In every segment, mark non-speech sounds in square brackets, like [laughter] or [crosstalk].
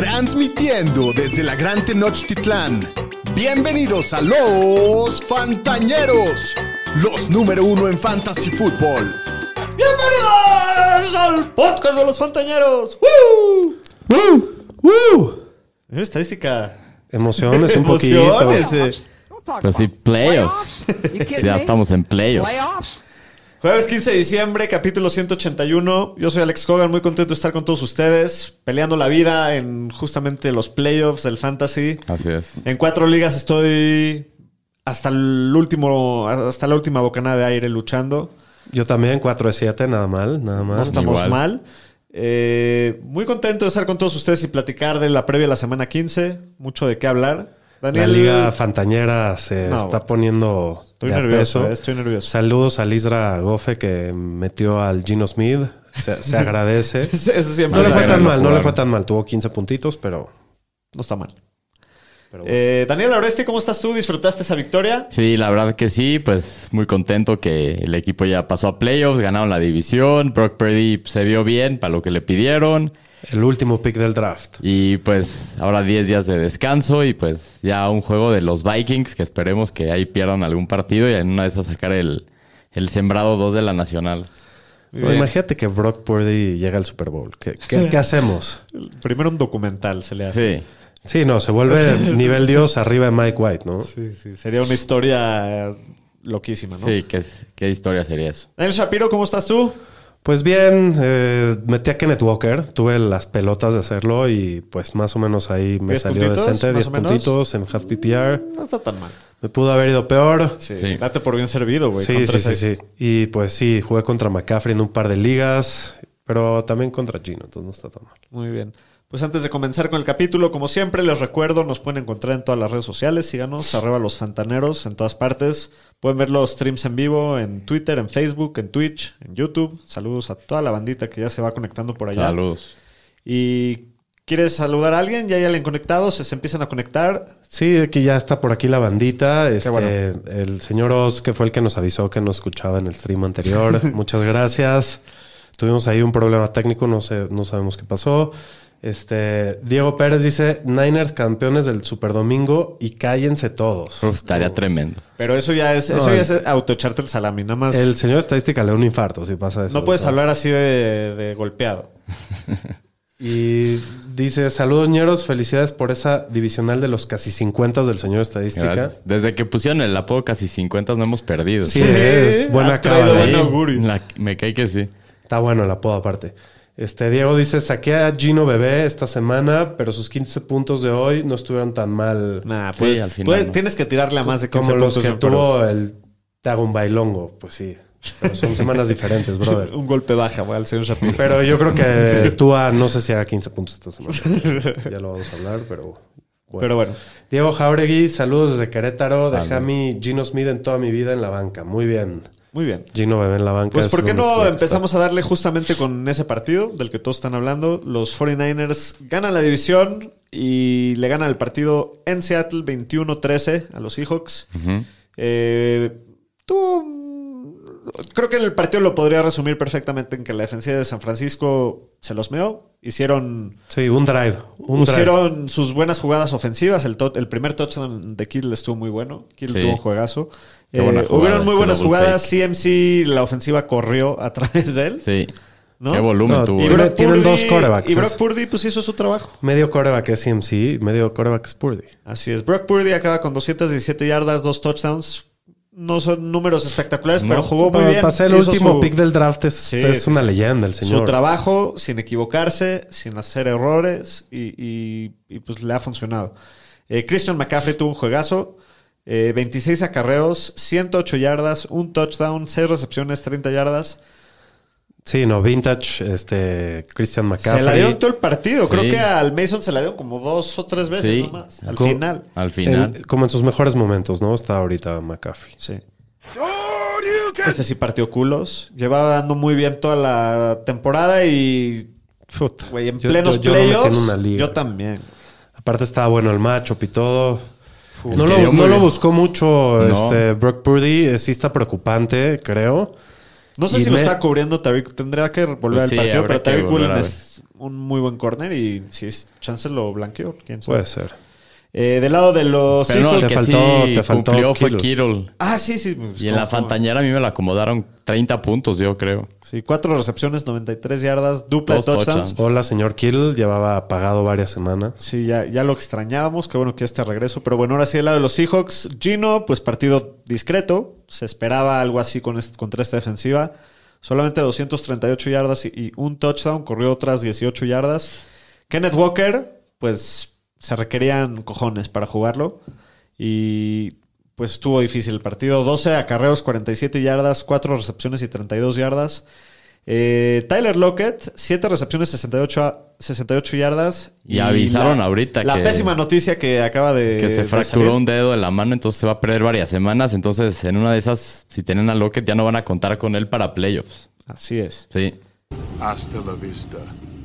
Transmitiendo desde la Gran Tenochtitlán. Bienvenidos a los Fantañeros, los número uno en Fantasy Fútbol. ¡Bienvenidos al podcast de los Fantañeros! ¡Woo! ¡Woo! ¡Woo! Una estadística. Emociones un Emociones, poquito. eh. Pero sí, playoffs. Sí, ya estamos en playoffs. Jueves 15 de diciembre, capítulo 181. Yo soy Alex Hogan, muy contento de estar con todos ustedes, peleando la vida en justamente los playoffs del fantasy. Así es. En cuatro ligas estoy hasta el último, hasta la última bocanada de aire luchando. Yo también, 4 de 7, nada mal, nada No mal. estamos igual. mal. Eh, muy contento de estar con todos ustedes y platicar de la previa de la semana 15. Mucho de qué hablar. La liga fantañera se No. está poniendo Estoy de a nervioso, peso. eh, estoy nervioso. Saludos a Lisra Gofe que metió al Gino Smith. [laughs] Se, se agradece. [laughs] Eso siempre No Vale, le fue la tan pena mal, no le jugar. fue tan mal. Tuvo 15 puntitos, pero... No está mal. pero bueno. Eh, Daniel Oresti, ¿cómo estás tú? ¿Disfrutaste esa victoria? Sí, la verdad que sí, pues muy contento que el equipo ya pasó a playoffs, ganaron la división, Brock Purdy se vio bien para lo que le pidieron El último pick del draft. y pues ahora 10 días de descanso y pues ya un juego de los Vikings que esperemos que ahí pierdan algún partido y en una de esas sacar el, el sembrado 2 de la Nacional. Muy No, bien. imagínate que Brock Purdy llega al Super Bowl. ¿Qué, qué- [laughs] qué hacemos? Primero un documental se le hace. Sí, Sí, no, se [laughs] vuelve nivel Dios arriba de Mike White, ¿no? Sí, sí. Sería una historia eh, loquísima, ¿no? sí, ¿qué, qué historia sería eso. Daniel Shapiro, ¿cómo estás tú? Pues bien, eh, metí a Kenneth Walker, tuve las pelotas de hacerlo y pues más o menos ahí me ¿Diez salió puntitos, decente, más 10 o menos? puntitos en half PPR, No está tan mal. me pudo haber ido peor. Sí. Sí. Date por bien servido, güey. Sí, con sí, tres sí, seis. sí. Y pues sí, jugué contra McCaffrey en un par de ligas, pero también contra Gino, entonces no está tan mal. Muy bien. Pues antes de comenzar con el capítulo, como siempre, les recuerdo, nos pueden encontrar en todas las redes sociales. Síganos, arroba los fantaneros en todas partes. Pueden ver los streams en vivo en Twitter, en Facebook, en Twitch, en YouTube. Saludos a toda la bandita que ya se va conectando por allá. Saludos. Y quieres saludar a alguien, ya hay alguien conectado, se, se empiezan a conectar. Sí, aquí ya está por aquí la bandita. Este, bueno. El señor Oz, que fue el que nos avisó que nos escuchaba en el [laughs] stream anterior. Muchas gracias. Tuvimos ahí un problema técnico, no, sé, no sabemos qué pasó. Este, Diego Pérez dice, Niners campeones del Super Domingo y cállense todos. Uf, estaría tremendo. Pero eso ya es, eso No, ya el- es autoecharte el salami, nada más. El señor estadística le da un infarto si pasa eso. no puedes O sea, hablar así de, de golpeado. Y dice, saludos ñeros, felicidades por esa divisional de los casi 50 del señor estadística. Gracias. Desde que pusieron el apodo casi 50 no hemos perdido. Sí, es buena ¿eh? ha traído cara. buen Sí, augurio. la- me cae que sí. Está bueno el apodo aparte. Este, Diego dice, saqué a Gino Bebé esta semana, pero sus 15 puntos de hoy no estuvieron tan mal Nah, Sí, pues, al final puedes- no. tienes que tirarle a más de 15 como los puntos que de Perú. tuvo el Tagun Bailongo. Pues sí, pero son semanas diferentes, [laughs] brother. Un golpe baja, güey, al señor [laughs] Shapiro. Pero yo [laughs] creo que Tua no sé si haga 15 puntos esta semana. Ya lo vamos a hablar, pero bueno. Pero bueno, Diego Jauregui, saludos desde Querétaro. Dejé a Salud. mi Gino Smith en toda mi vida en la banca. Muy bien. muy bien. Gino Bebé en la banca. Pues, es ¿por qué no lo único que empezamos a darle justamente con ese partido del que todos están hablando? Los 49ers ganan la división y le ganan el partido en Seattle 21-13 a los Seahawks. Ujú. Eh, tuvo un- Creo que el partido lo podría resumir perfectamente en que la defensiva de San Francisco se los meó. Hicieron está. Sí, un drive. Un drive. Pusieron sus buenas jugadas ofensivas. El, to- el primer touchdown de Kittle estuvo muy bueno. Kittle Sí. tuvo un juegazo. Qué Eh, buena jugada, hubieron muy ese buenas double jugadas. CMC, la ofensiva corrió a [laughs] través de él. Sí. ¿no? Qué volumen No, tuvo. Y Tiene- Brock tienen Purdy- dos quarterbacks. Y Brock Purdy, pues hizo su trabajo. Medio coreback es CMC, medio coreback es Purdy. Así es. Brock Purdy acaba con 217 yardas, dos touchdowns. No son números espectaculares, No. pero jugó muy Pa- bien. Pasé el Hizo último su- pick del draft, es, Sí, es sí, una sí. leyenda el Su señor. trabajo sin equivocarse, sin hacer errores y, y- y, pues le ha funcionado. Eh, Christian McCaffrey tuvo un juegazo, eh, 26 acarreos, 108 yardas, un touchdown, 6 recepciones, 30 yardas. Sí, no, vintage, este, Christian McCaffrey. Se la dieron todo el partido, Sí. creo que al Mason se la dieron como dos o tres veces Sí. nomás, al Co- final. Al En- final. como en sus mejores momentos, ¿no? Está ahorita McCaffrey. Sí. Este sí partió culos, llevaba dando muy bien toda la temporada y, Puta. güey, en Yo- plenos yo- yo lo metí en playoffs, una liga. yo también. Aparte estaba bueno el matchup y todo. El No, que lo, dio no muy lo bien. buscó mucho No. este Brock Purdy, eh, sí está preocupante, creo. No sé Y si lo me- está cubriendo Tariq. Tendrá que volver Pues al sí, partido, habrá pero que Tariq volver Woolen a es un muy buen corner y si es chance lo blanqueó. ¿Quién sabe? Puede ser. Eh, del lado de los Pues. Pero no, Seahawks- el te que faltó- sí te faltó cumplió fue Kittle. Kittle. Ah, sí, sí. pues, Y en la ¿cómo? fantañera a mí me la acomodaron 30 puntos, yo creo. Sí, cuatro recepciones, 93 yardas, dupla de Dos touchdowns. touchdowns. Hola, señor Kittle. Llevaba apagado varias semanas. Sí, ya, ya lo extrañábamos. Qué bueno que este regreso. Pero bueno, ahora sí, del lado de los Seahawks. Gino, pues partido discreto. Se esperaba algo así con este- contra esta defensiva. Solamente 238 yardas y, y un touchdown. Corrió otras 18 yardas. Kenneth Walker, pues se requerían cojones para jugarlo. Y pues estuvo difícil el partido. 12 acarreos, 47 yardas, 4 recepciones y 32 yardas. Eh, Tyler Lockett, 7 recepciones, 68, a- 68 yardas. Y avisaron ahorita la que- pésima noticia que acaba de. que se de fracturó salir. un dedo de la mano, entonces se va a perder varias semanas. Entonces, en una de esas, si tienen a Lockett, ya no van a contar con él para playoffs. Así es. Sí. Hasta la vista,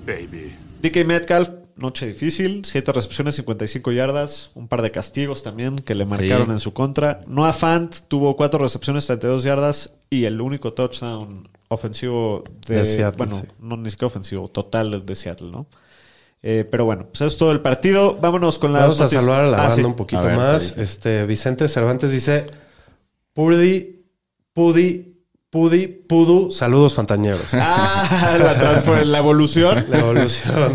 baby. DK Metcalf, noche difícil. 7 recepciones, 55 yardas. Un par de castigos también que le marcaron en su contra. Noah Fant tuvo 4 recepciones, 32 yardas. Y el único touchdown ofensivo de, De Seattle, Bueno, sí. no ni siquiera ofensivo, total de- de Seattle, ¿no? Eh, pero bueno, pues eso es todo el partido. Vámonos con la. Vamos a salvar Ah, a la banda un poquito A ver, más. ¿qué dice? Este Vicente Cervantes dice: Pudi, Pudi, Pudi, Pudu. Saludos, fantañeros. [laughs] Ah, la, transfor- la [laughs] evolución. La evolución.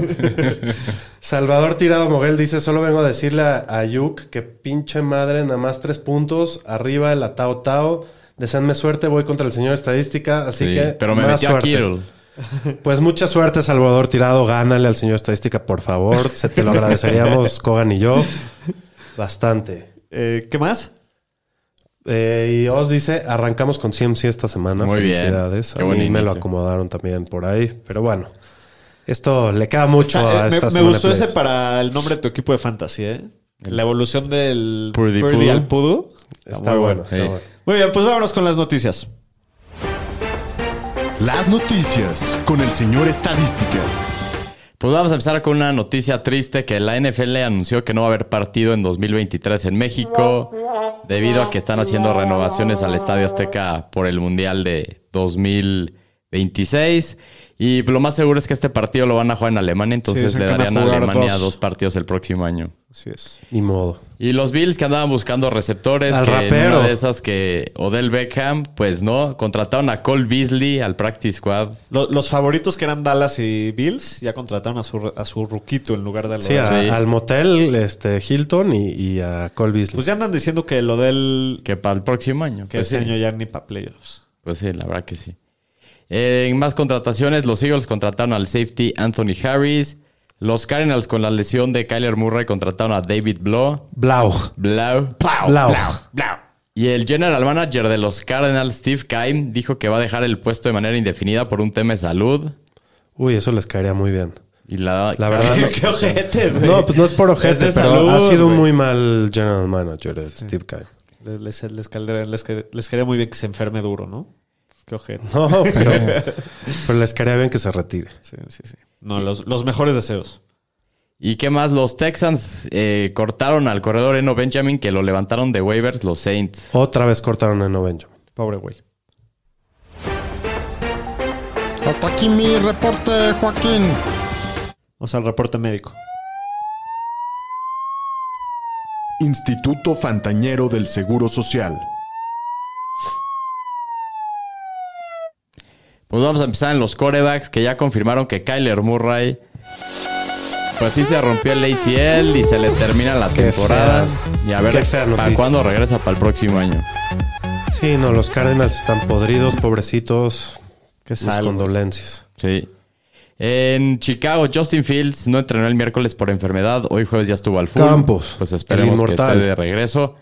Salvador Tirado Moguel dice: Solo vengo a decirle a a Yuk que pinche madre, nada más tres puntos. Arriba el Atao Tao. Deseenme suerte, voy contra el señor estadística. Así Sí, que. pero me más metió suerte. a Kittle. Pues mucha suerte, Salvador Tirado. Gánale al señor estadística, por favor. Se te [laughs] lo agradeceríamos, Kogan y yo. Bastante. Eh, ¿Qué más? Eh, y os dice, arrancamos con CMC esta semana. Muy bien. Felicidades. Qué a buen mí me lo inicio. acomodaron también por ahí. Pero bueno, esto le queda mucho Está- a eh, me- esta me, semana de gustó playoffs. ese para el nombre de tu equipo de fantasy, ¿eh? La evolución del Purdy Purdy Pudu. al Pudu. Está muy bueno. Sí. está bueno. Muy bien, pues vámonos con las noticias. Las noticias con el señor Estadística. Pues vamos a empezar con una noticia triste que la NFL anunció que no va a haber partido en 2023 en México debido a que están haciendo renovaciones al Estadio Azteca por el Mundial de 2026 y lo más seguro es que este partido lo van a jugar en Alemania, entonces dicen le que van a darían a jugar Alemania dos. dos. partidos el próximo año. Así es. Ni modo. Y los Bills que andaban buscando receptores, Al que en rapero. una de esas que Odell Beckham, pues no, contrataron a Cole Beasley al practice squad. Lo- los favoritos que eran Dallas y Bills ya contrataron a su, a su ruquito en lugar de lo Sí, ah, a- Sí. al motel este, Hilton y, y a Cole Beasley. Pues ya andan diciendo que lo del... Que para el próximo año. Que pues ese sí. año ya ni para playoffs. Pues sí, la verdad que sí. Eh, en más contrataciones, los Eagles contrataron al safety Anthony Harris. Los Cardinals con la lesión de Kyler Murray contrataron a David Blau. Blau. Blau. Blau. Y el general manager de los Cardinals, Steve Keim, dijo que va a dejar el puesto de manera indefinida por un tema de salud. Uy, eso les caería muy bien. Y la, La [laughs] verdad, Ah, [laughs] no. ¡Qué ojete, güey! No, pues no es por Es de ojete, pero salud, ha sido un güey. muy mal general manager eh, Steve Kime. Les, les, caldera- les, que- les quería muy bien que se enferme duro, ¿no? ¡Qué ojete! [laughs] No, pero, pero les caería bien que se retire. Sí, sí, sí. No, los, los mejores deseos. ¿Y qué más? Los Texans eh, cortaron al corredor Eno Benjamin que lo levantaron de waivers los Saints. Otra vez cortaron a No Benjamin. Pobre güey. Hasta aquí mi reporte, Joaquín. O sea, el reporte médico. Instituto Fantañero del Seguro Social. Pues vamos a empezar en los corebacks que ya confirmaron que Kyler Murray pues sí se rompió el ACL y se le termina la Qué temporada. fea- y a ver qué fea para noticia. cuándo regresa para el próximo año. Sí, no, los Cardinals están podridos, pobrecitos. Qué Mis sal, güey. condolencias. Sí. En Chicago, Justin Fields no entrenó el miércoles por enfermedad. Hoy jueves ya estuvo al full. Campos, Pues el esperemos que inmortal. esté de regreso.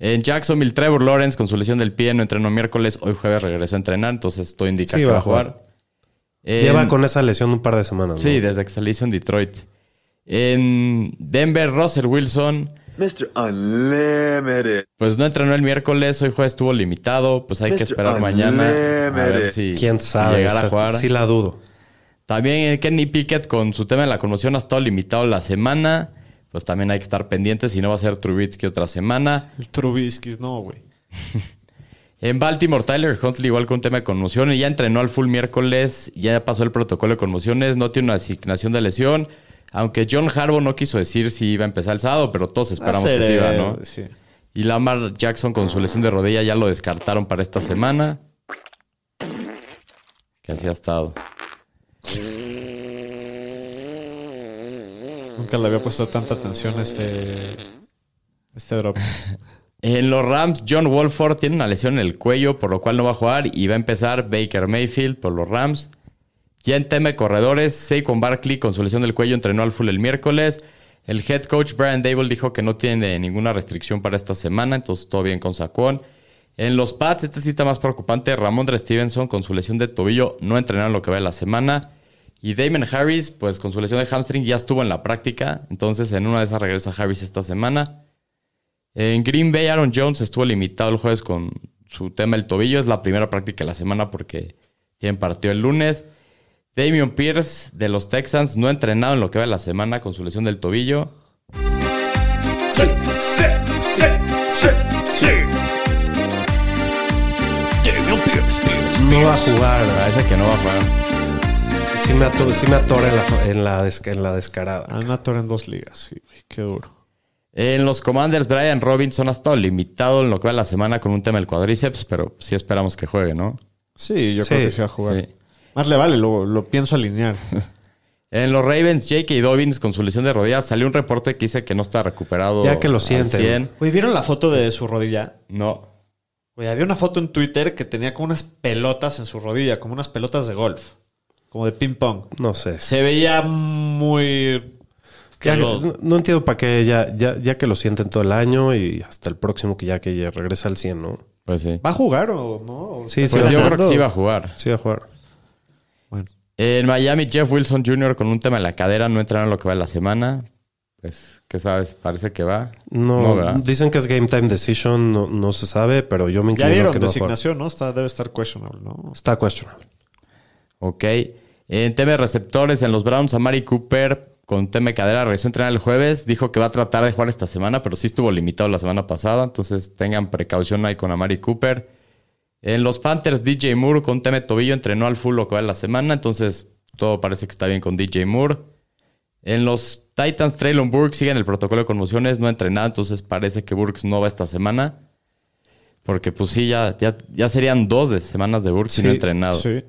En Jacksonville, Trevor Lawrence con su lesión del pie no entrenó miércoles. Hoy jueves regresó a entrenar. Entonces todo indica Sí, que va a jugar. jugar. En- Lleva con esa lesión un par de semanas. ¿no? Eh, Sí, desde que se le hizo en Detroit. En Denver, Russell Wilson, Mr. Unlimited. pues no entrenó el miércoles, hoy jueves estuvo limitado, pues hay que Mr. esperar mañana. A ver Unlimited. si, ¿Quién si sabe? llegará a Esa- jugar. Sí la dudo. También eh, Kenny Pickett con su tema de la conmoción ha estado limitado la semana. Pues también hay que estar pendientes si no va a ser Trubitsky otra semana. El Trubisky, no, güey. En Baltimore, Tyler Huntley igual con un tema de conmociones. Ya entrenó al full miércoles, ya pasó el protocolo de conmociones, no tiene una asignación de lesión. Aunque John Harbaugh no quiso decir si iba a empezar el sábado, pero todos esperamos que sí iba, ¿no? eh, Sí. Y Lamar Jackson con su lesión de rodilla ya lo descartaron para esta semana. Que así ha estado. Nunca le había puesto tanta atención a este, este drop. En los Rams, John Wolford tiene una lesión en el cuello, por lo cual no va a jugar y va a empezar Baker Mayfield por los Rams. Ya en tema de corredores, con Barkley con su lesión del cuello entrenó al full el miércoles. El head coach Brian Dable dijo que no tiene ninguna restricción para esta semana, entonces todo bien con Saquon. En los Pats, este sí está más preocupante. Ramondre Stevenson con su lesión de tobillo no entrenaron lo que va de la semana. Y Damon Harris, pues con su lesión de hamstring ya estuvo en la práctica, entonces en una de esas regresa Harris esta semana. En Green Bay, Aaron Jones estuvo limitado el jueves con su tema del tobillo. Es la primera práctica de la semana porque tienen partido el lunes. Damian Pierce de los Texans no ha entrenado en lo que va de la semana con su lesión del tobillo. No va a jugar. Parece que no va a jugar. Sí me, ato- sí me atora en la, en la desca- en la Ah. descarada. Anator Ah, en dos ligas, sí, güey, qué duro. En los Commanders, Brian Robinson ha estado limitado en lo que va de la semana con un tema del cuadríceps, pero sí esperamos que juegue, ¿no? Sí, yo Sí, creo que sí va a jugar. sí. Más le vale, lo, lo pienso alinear. En los Ravens, J.K. Dobbins con su lesión de rodillas salió un reporte que dice que no está recuperado. Ya que lo al sienten. 100. Güey, ¿vieron la foto de su rodilla? No. Güey, había una foto en Twitter que tenía como unas pelotas en su rodilla, como unas pelotas de golf, como de ping-pong. No sé. Se veía muy. Ya- Pero- no, no entiendo para qué ya, ya, ya que lo sienten todo el año y hasta el próximo que ya que ya regresa al 100, ¿no? Pues sí. ¿Va a jugar o no? Sí, sí. Pues yo creo que ganando. sí va a jugar. Sí, va a jugar. Bueno. En Miami, Jeff Wilson Jr. con un tema en la cadera no entraron lo que va de la semana. Pues, ¿qué sabes? Parece que va. No, ¿verdad? dicen que es game time decision, no, no se sabe, pero yo me Ya inclino dieron que no va a jugar. designación, ¿no? Está, debe estar questionable, ¿no? Está questionable. Ok. En tema de receptores, en los Browns, Amari Cooper con tema de cadera regresó a entrenar el jueves. Dijo que va a tratar de jugar esta semana, pero sí estuvo limitado la semana pasada. Entonces tengan precaución ahí con Amari Cooper. En los Panthers, DJ Moore con tema de tobillo entrenó al full lo que va de la semana. Entonces todo parece que está bien con DJ Moore. En los Titans, Traylon Burke siguen el protocolo de conmociones, no ha entrenado, entonces parece que Burks no va esta semana. Porque pues sí, ya, ya, ya serían dos de semanas de Burks sin Sí, entrenado. Sí.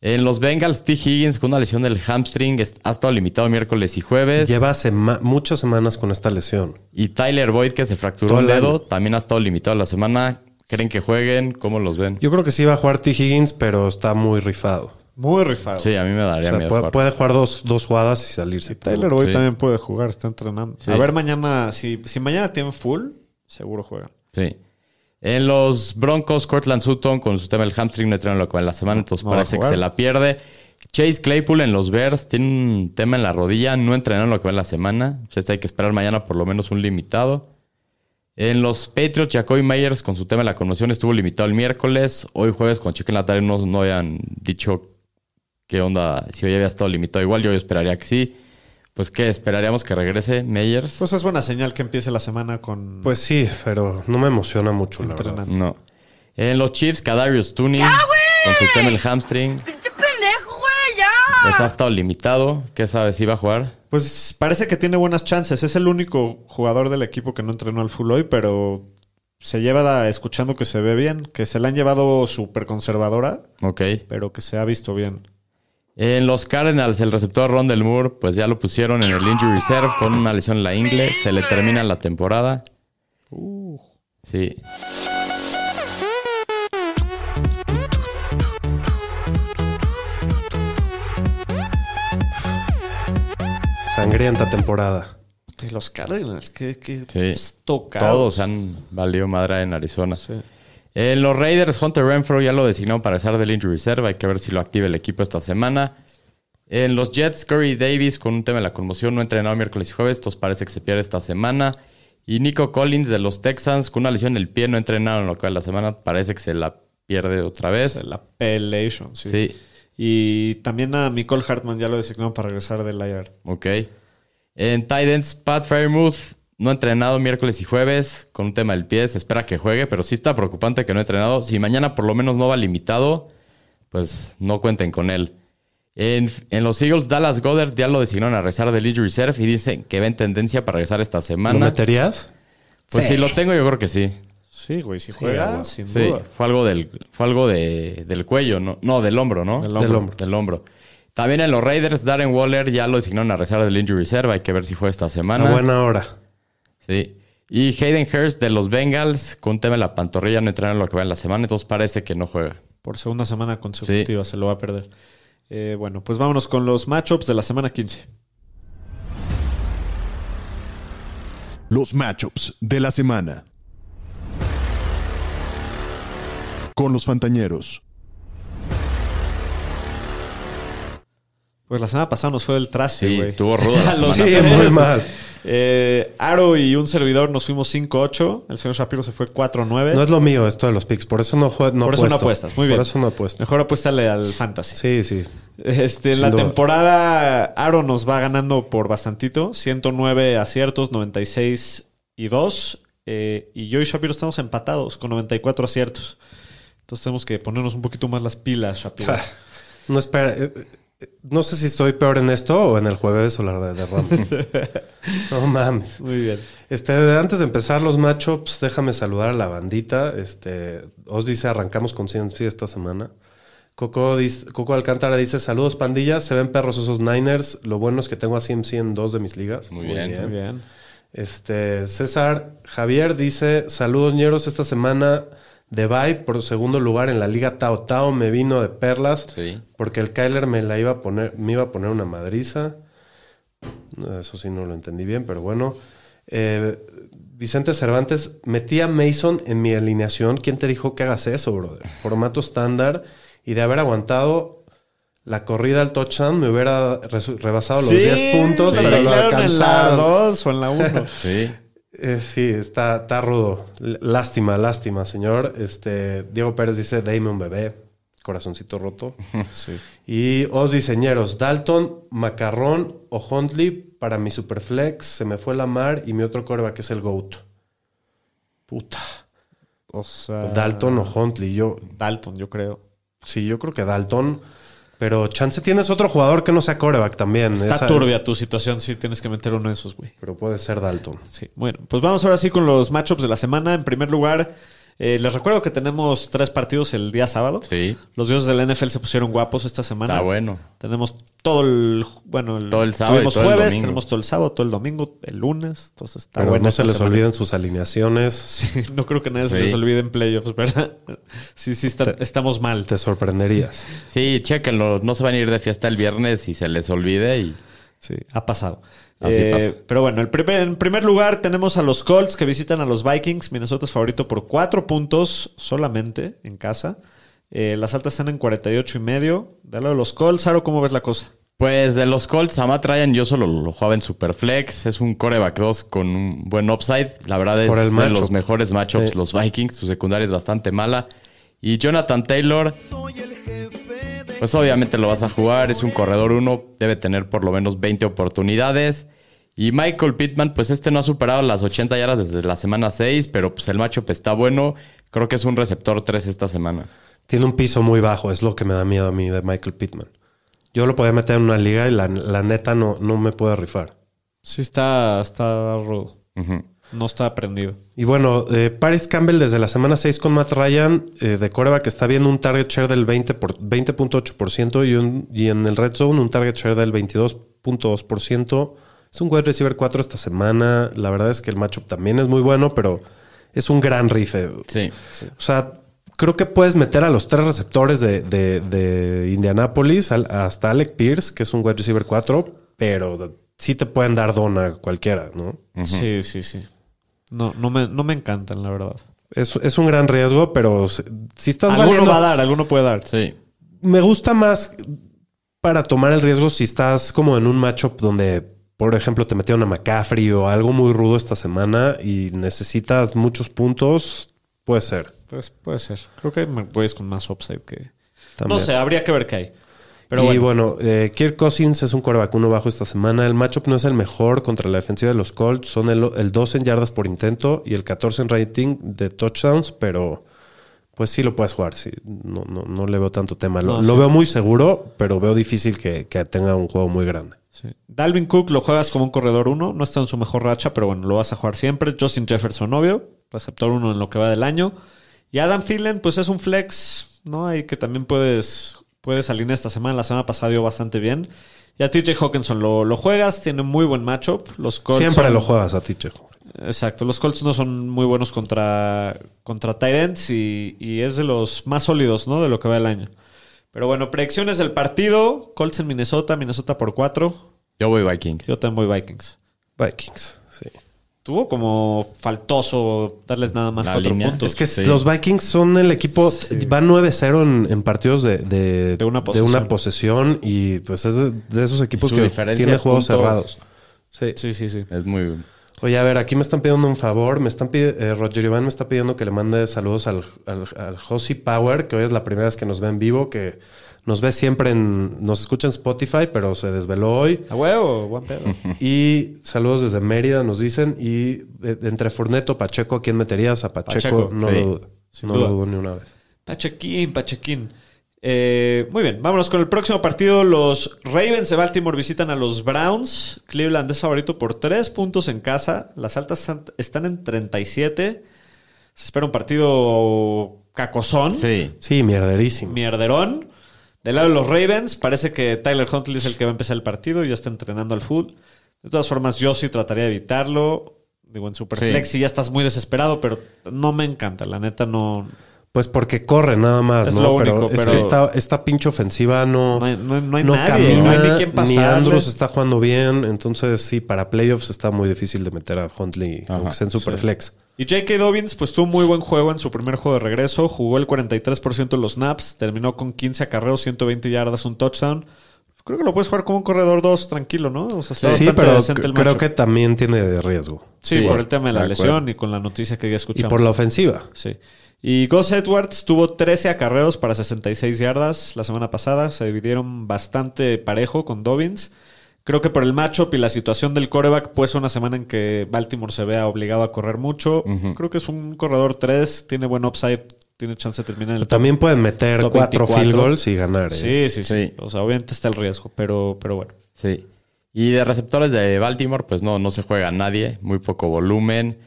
En los Bengals, T. Higgins con una lesión del hamstring est- ha estado limitado miércoles y jueves. Lleva sema- muchas semanas con esta lesión. Y Tyler Boyd, que se fracturó Todo el el año. dedo, también ha estado limitado la semana. ¿Creen que jueguen? ¿Cómo los ven? Yo creo que sí va a jugar T. Higgins, pero está muy rifado. Muy rifado. Sí, a mí me O daría sea, miedo. puede, jugar. puede jugar dos, dos jugadas y salirse. Taylor hoy Sí. también puede jugar, está entrenando. Sí. A ver, mañana, si, si mañana tienen full, seguro juegan. Sí. En los Broncos, Cortland Sutton con su tema del hamstring no entrenó lo que va en la semana, entonces No va a parece que jugar. se la pierde. Chase Claypool en los Bears tiene un tema en la rodilla, no entrenaron lo que va en la semana. Entonces hay que esperar mañana por lo menos un limitado. En los Patriots, Jacoby Meyers con su tema de la conmoción estuvo limitado el miércoles. Hoy jueves, cuando chequen la tarde, no, no habían dicho qué onda, si hoy había estado limitado igual, yo esperaría que sí. Pues que esperaríamos que regrese Meyers. Pues es buena señal que empiece la semana con Pues sí, pero no me emociona mucho, la verdad. entrenando. No. En los Chiefs, Kadarius Tuning con su tema el hamstring. ¡Pinche pendejo, güey! ¡Ya! Les ha estado limitado. ¿Qué sabes si va a jugar? Pues parece que tiene buenas chances. Es el único jugador del equipo que no entrenó al full hoy, pero se lleva da- escuchando que se ve bien, que se la han llevado súper conservadora, Ok. pero que se ha visto bien. En los Cardinals, el receptor Ron del Moore, pues ya lo pusieron en el injury reserve con una lesión en la ingle. Se le termina la temporada. Sí. Sangrienta temporada. De los Cardinals, qué, qué Sí. tocado. Todos han valido madre en Arizona. Sí. En los Raiders, Hunter Renfro ya lo designaron para estar del injury reserve. Hay que ver si lo activa el equipo esta semana. En los Jets, Curry Davis con un tema de la conmoción no entrenado miércoles y jueves. Estos parece que se pierde esta semana. Y Nico Collins de los Texans con una lesión en el pie no entrenaron lo que va de la semana parece que se la pierde otra vez. De la Pelation, sí. Sí, Y también a Nicole Hartman ya lo designaron para regresar del IR. ok. En Titans, Pat Fairmouth No ha entrenado miércoles y jueves con un tema del pie. Se espera que juegue, pero sí está preocupante que no ha entrenado. Si mañana por lo menos no va limitado, pues no cuenten con él. En, en los Eagles, Dallas Goddard ya lo designaron a regresar del injury reserve y dicen que ven tendencia para regresar esta ¿Lo semana. meterías? pues si lo tengo, yo creo que sí. Sí, güey, si juega, güey. sin Sí, duda. fue algo del, fue algo de- del cuello, ¿no? No, del hombro, ¿no? Del hombro. Del hombro. También en los Raiders, Darren Waller ya lo designaron a rezar del injury reserve. Hay que ver si juega esta semana. Ah, A buena hora. Sí. Y Hayden Hurst de los Bengals, con un tema de la pantorrilla, no entrenaron lo que va en la semana, entonces parece que no juega. Por segunda semana consecutiva se lo va a perder. Eh, bueno, pues vámonos con los matchups de la semana 15. Los matchups de la semana. Con los Fantañeros. Pues la semana pasada nos fue el traste, Sí, güey. estuvo ruda la A [laughs] los semana. Sí, tres. muy mal. Eh, Aro y un servidor nos fuimos 5-8. El señor Shapiro se fue 4-9. No es lo mío esto de los picks. Por eso no juego. Por eso no apuestas, muy bien. Por eso no apuesto. Mejor apuéstale al fantasy. Sí, sí. Este, en Sin la duda. temporada, Aro nos va ganando por bastantito. 109 aciertos, 96 y 2. Eh, y yo y Shapiro estamos empatados con 94 aciertos. Entonces tenemos que ponernos un poquito más las pilas, Shapiro. Ah, No espera. eh, eh, No sé si estoy peor en esto o en el jueves o la de Ramos. [laughs] no mames. Muy bien. Este, antes de empezar los matchups, déjame saludar a la bandita. Este, os dice, arrancamos con CNC esta semana. Coco, dice- Coco Alcántara dice, saludos pandillas, se ven perros esos Niners. Lo bueno es que tengo a CMC en dos de mis ligas. Muy bien. Muy bien. Este, César Javier dice, saludos ñeros esta semana. De Bay por segundo lugar en la liga Tao Tao me vino de perlas Sí. porque el Kyler me la iba a poner, me iba a poner una madriza. Eso sí no lo entendí bien, pero bueno. Eh, Vicente Cervantes, metí a Mason en mi alineación. ¿Quién te dijo que hagas eso, brother? Formato estándar. Y de haber aguantado la corrida al touchdown, me hubiera resu- rebasado los 10 puntos, la pero lo declararon en la alcanzaron. 2 o en la [laughs] 1. Sí. Eh, sí, está, está rudo. L- Lástima, lástima, señor. Este, Diego Pérez dice, dame un bebé. [laughs] Corazoncito roto. Y os diseñeros, Dalton, Macarrón o Huntley para mi Superflex. Se me fue la mar y mi otro corva que es el GOAT. Puta. O sea, Dalton o Huntley. Yo, Dalton, yo creo. sí, yo creo que Dalton. Pero chance tienes otro jugador que no sea coreback también. Está Esa- turbia tu situación, sí tienes que meter uno de esos, güey. Pero puede ser Dalton. Sí, bueno, pues vamos ahora sí con los matchups de la semana. En primer lugar, eh, les recuerdo que tenemos tres partidos el día sábado. Sí. Los dioses del NFL se pusieron guapos esta semana. Está bueno. Tenemos todo el bueno, Todo el sábado y tuvimos todo el jueves, domingo. tenemos todo el sábado, todo el domingo, el lunes, entonces está pero bueno. no se esta les semana. olviden sus alineaciones. Sí, [laughs] no creo que nadie se Sí. les olvide en playoffs, ¿verdad? [laughs] Sí, sí, está- estamos mal. Te sorprenderías. Sí, chéquenlo. No se van a ir de fiesta el viernes y se les olvide y Sí, ha pasado. Así Eh, pasa. Pero bueno, el primer- en primer lugar tenemos a los Colts que visitan a los Vikings. Minnesota es favorito por cuatro puntos solamente en casa. Eh, las altas están en 48 y medio. De lado de los Colts, Aro, ¿cómo ves la cosa? Pues de los Colts, a Matt Ryan yo solo lo jugaba en Superflex. Es un coreback 2 con un buen upside. La verdad es Por el de matchup. los mejores matchups. Sí. Los Vikings, su secundaria es bastante mala. Y Jonathan Taylor, pues obviamente lo vas a jugar. Es un corredor 1, debe tener por lo menos 20 oportunidades. Y Michael Pittman, pues este no ha superado las 80 yardas desde la semana 6, pero pues el matchup está bueno. Creo que es un receptor 3 esta semana. Tiene un piso muy bajo, es lo que me da miedo a mí de Michael Pittman. Yo lo podía meter en una liga y la, la neta no, no me puede rifar. Sí, está, está rudo. Ujú. No está aprendido. Y bueno, eh, Paris Campbell desde la semana 6 con Matt Ryan eh, de Coreba que está viendo un target share del 20 por- 20.8% y, un- y en el Red Zone un target share del 22.2%. Es un wide receiver 4 esta semana. La verdad es que el matchup también es muy bueno, pero es un gran rife. Sí. O sea, creo que puedes meter a los tres receptores de, de- de Indianapolis, al- hasta Alec Pierce, que es un wide receiver 4, pero sí te pueden dar dona cualquiera, ¿no? Sí, sí, sí. No, no me, no me encantan, la verdad. Es, es un gran riesgo, pero si, si estás Alguno valiendo... va a dar, alguno puede dar. Sí. Me gusta más para tomar el riesgo si estás como en un matchup donde, por ejemplo, te metieron a McCaffrey o algo muy rudo esta semana y necesitas muchos puntos, puede ser. Pues puede ser. Creo que me puedes con más upside que. No también. sé, habría que ver qué hay. Pero y bueno. bueno, eh, Kirk Cousins es un coreback uno bajo esta semana. El matchup no es el mejor contra la defensiva de los Colts. Son el, el 12 en yardas por intento y el 14 en rating de touchdowns, pero pues sí lo puedes jugar. Sí. No, no, no le veo tanto tema. No, Lo, lo sí. veo muy seguro, pero veo difícil que, que tenga un juego muy grande. Sí. Dalvin Cook lo juegas como un corredor uno, no está en su mejor racha, pero bueno, lo vas a jugar siempre. Justin Jefferson, obvio, receptor uno en lo que va del año. Y Adam Thielen, pues es un flex, ¿no? Ahí que también puedes, puedes alinear esta semana. La semana pasada dio bastante bien. Y a TJ Hawkinson lo, lo juegas, tiene muy buen matchup. Los Colts Siempre son- lo juegas a ti, Checo. Exacto, los Colts no son muy buenos contra, contra tight ends y, y es de los más sólidos, ¿no? De lo que va el año. Pero bueno, predicciones del partido. Colts en Minnesota, Minnesota por cuatro. Yo voy Vikings. Yo también voy Vikings. Vikings, sí. Tuvo como faltoso darles nada más La cuatro línea. puntos. Es que Sí. los Vikings son el equipo, Sí. van 9-0 en, en partidos de, de- De una posesión y pues es de, de esos equipos su que diferencia tiene de juegos puntos. cerrados. Sí. Sí, sí, [laughs] sí. Es muy... Oye, a ver, aquí me están pidiendo un favor. Me están pidi- eh, Roger Iván me está pidiendo que le mande saludos al, al, al Josi Power, que hoy es la primera vez que nos ve en vivo, que nos ve siempre en, nos escucha en Spotify, pero se desveló [laughs] hoy. A huevo, buen [laughs] pedo. Y saludos desde Mérida, nos dicen. Y eh, entre Forneto, Pacheco, ¿a quién meterías? A Pacheco, Pacheco, no, sí. lo, dudo. Sin no lo duda. dudo ni una vez. Pachequín, Pachequín. Eh, muy bien, vámonos con el próximo partido. Los Ravens de Baltimore visitan a los Browns. Cleveland es favorito por tres puntos en casa. Las altas están- están en 37. Se espera un partido cacosón, Sí. Sí, mierderísimo. mierderón. Del lado de los Ravens, parece que Tyler Huntley es el que va a empezar el partido. Ya está entrenando al fútbol. De todas formas, yo sí trataría de evitarlo. Digo, en Superflex, Sí. si ya estás muy desesperado, pero no me encanta. La neta, no, Pues porque corre nada más, Es ¿no? lo pero, único, es pero- que esta, esta pinche ofensiva no, No hay- no hay- no hay nadie, no hay ni quién ni pasarle. Andrews está jugando bien. Entonces, sí, para playoffs está muy difícil de meter a Huntley, Ajá, aunque sea en Superflex. Y J.K. Dobbins, pues tuvo muy buen juego en su primer juego de regreso. Jugó el 43% de los snaps. Terminó con 15 acarreos, 120 yardas, un touchdown. Creo que lo puedes jugar como un corredor 2, tranquilo, ¿no? O sea, está Sí, bastante pero decente el creo matchup. que también tiene de riesgo. Sí, Sí, por el tema de la de lesión acuerdo. y con la noticia que ya Y escuchamos. por la ofensiva. Sí. Y Gus Edwards tuvo 13 acarreos para 66 yardas la semana pasada. Se dividieron bastante parejo con Dobbins. Creo que por el matchup y la situación del coreback, pues una semana en que Baltimore se vea obligado a correr mucho. Ujú. Creo que es un corredor 3, tiene buen upside, tiene chance de terminar en el También pueden meter Top cuatro 24. field goals y ganar. top. ¿eh? Sí, sí, sí, Sí. O sea, obviamente está el riesgo, pero, pero bueno. Sí. Y de receptores de Baltimore, pues no, no se juega nadie, muy poco volumen.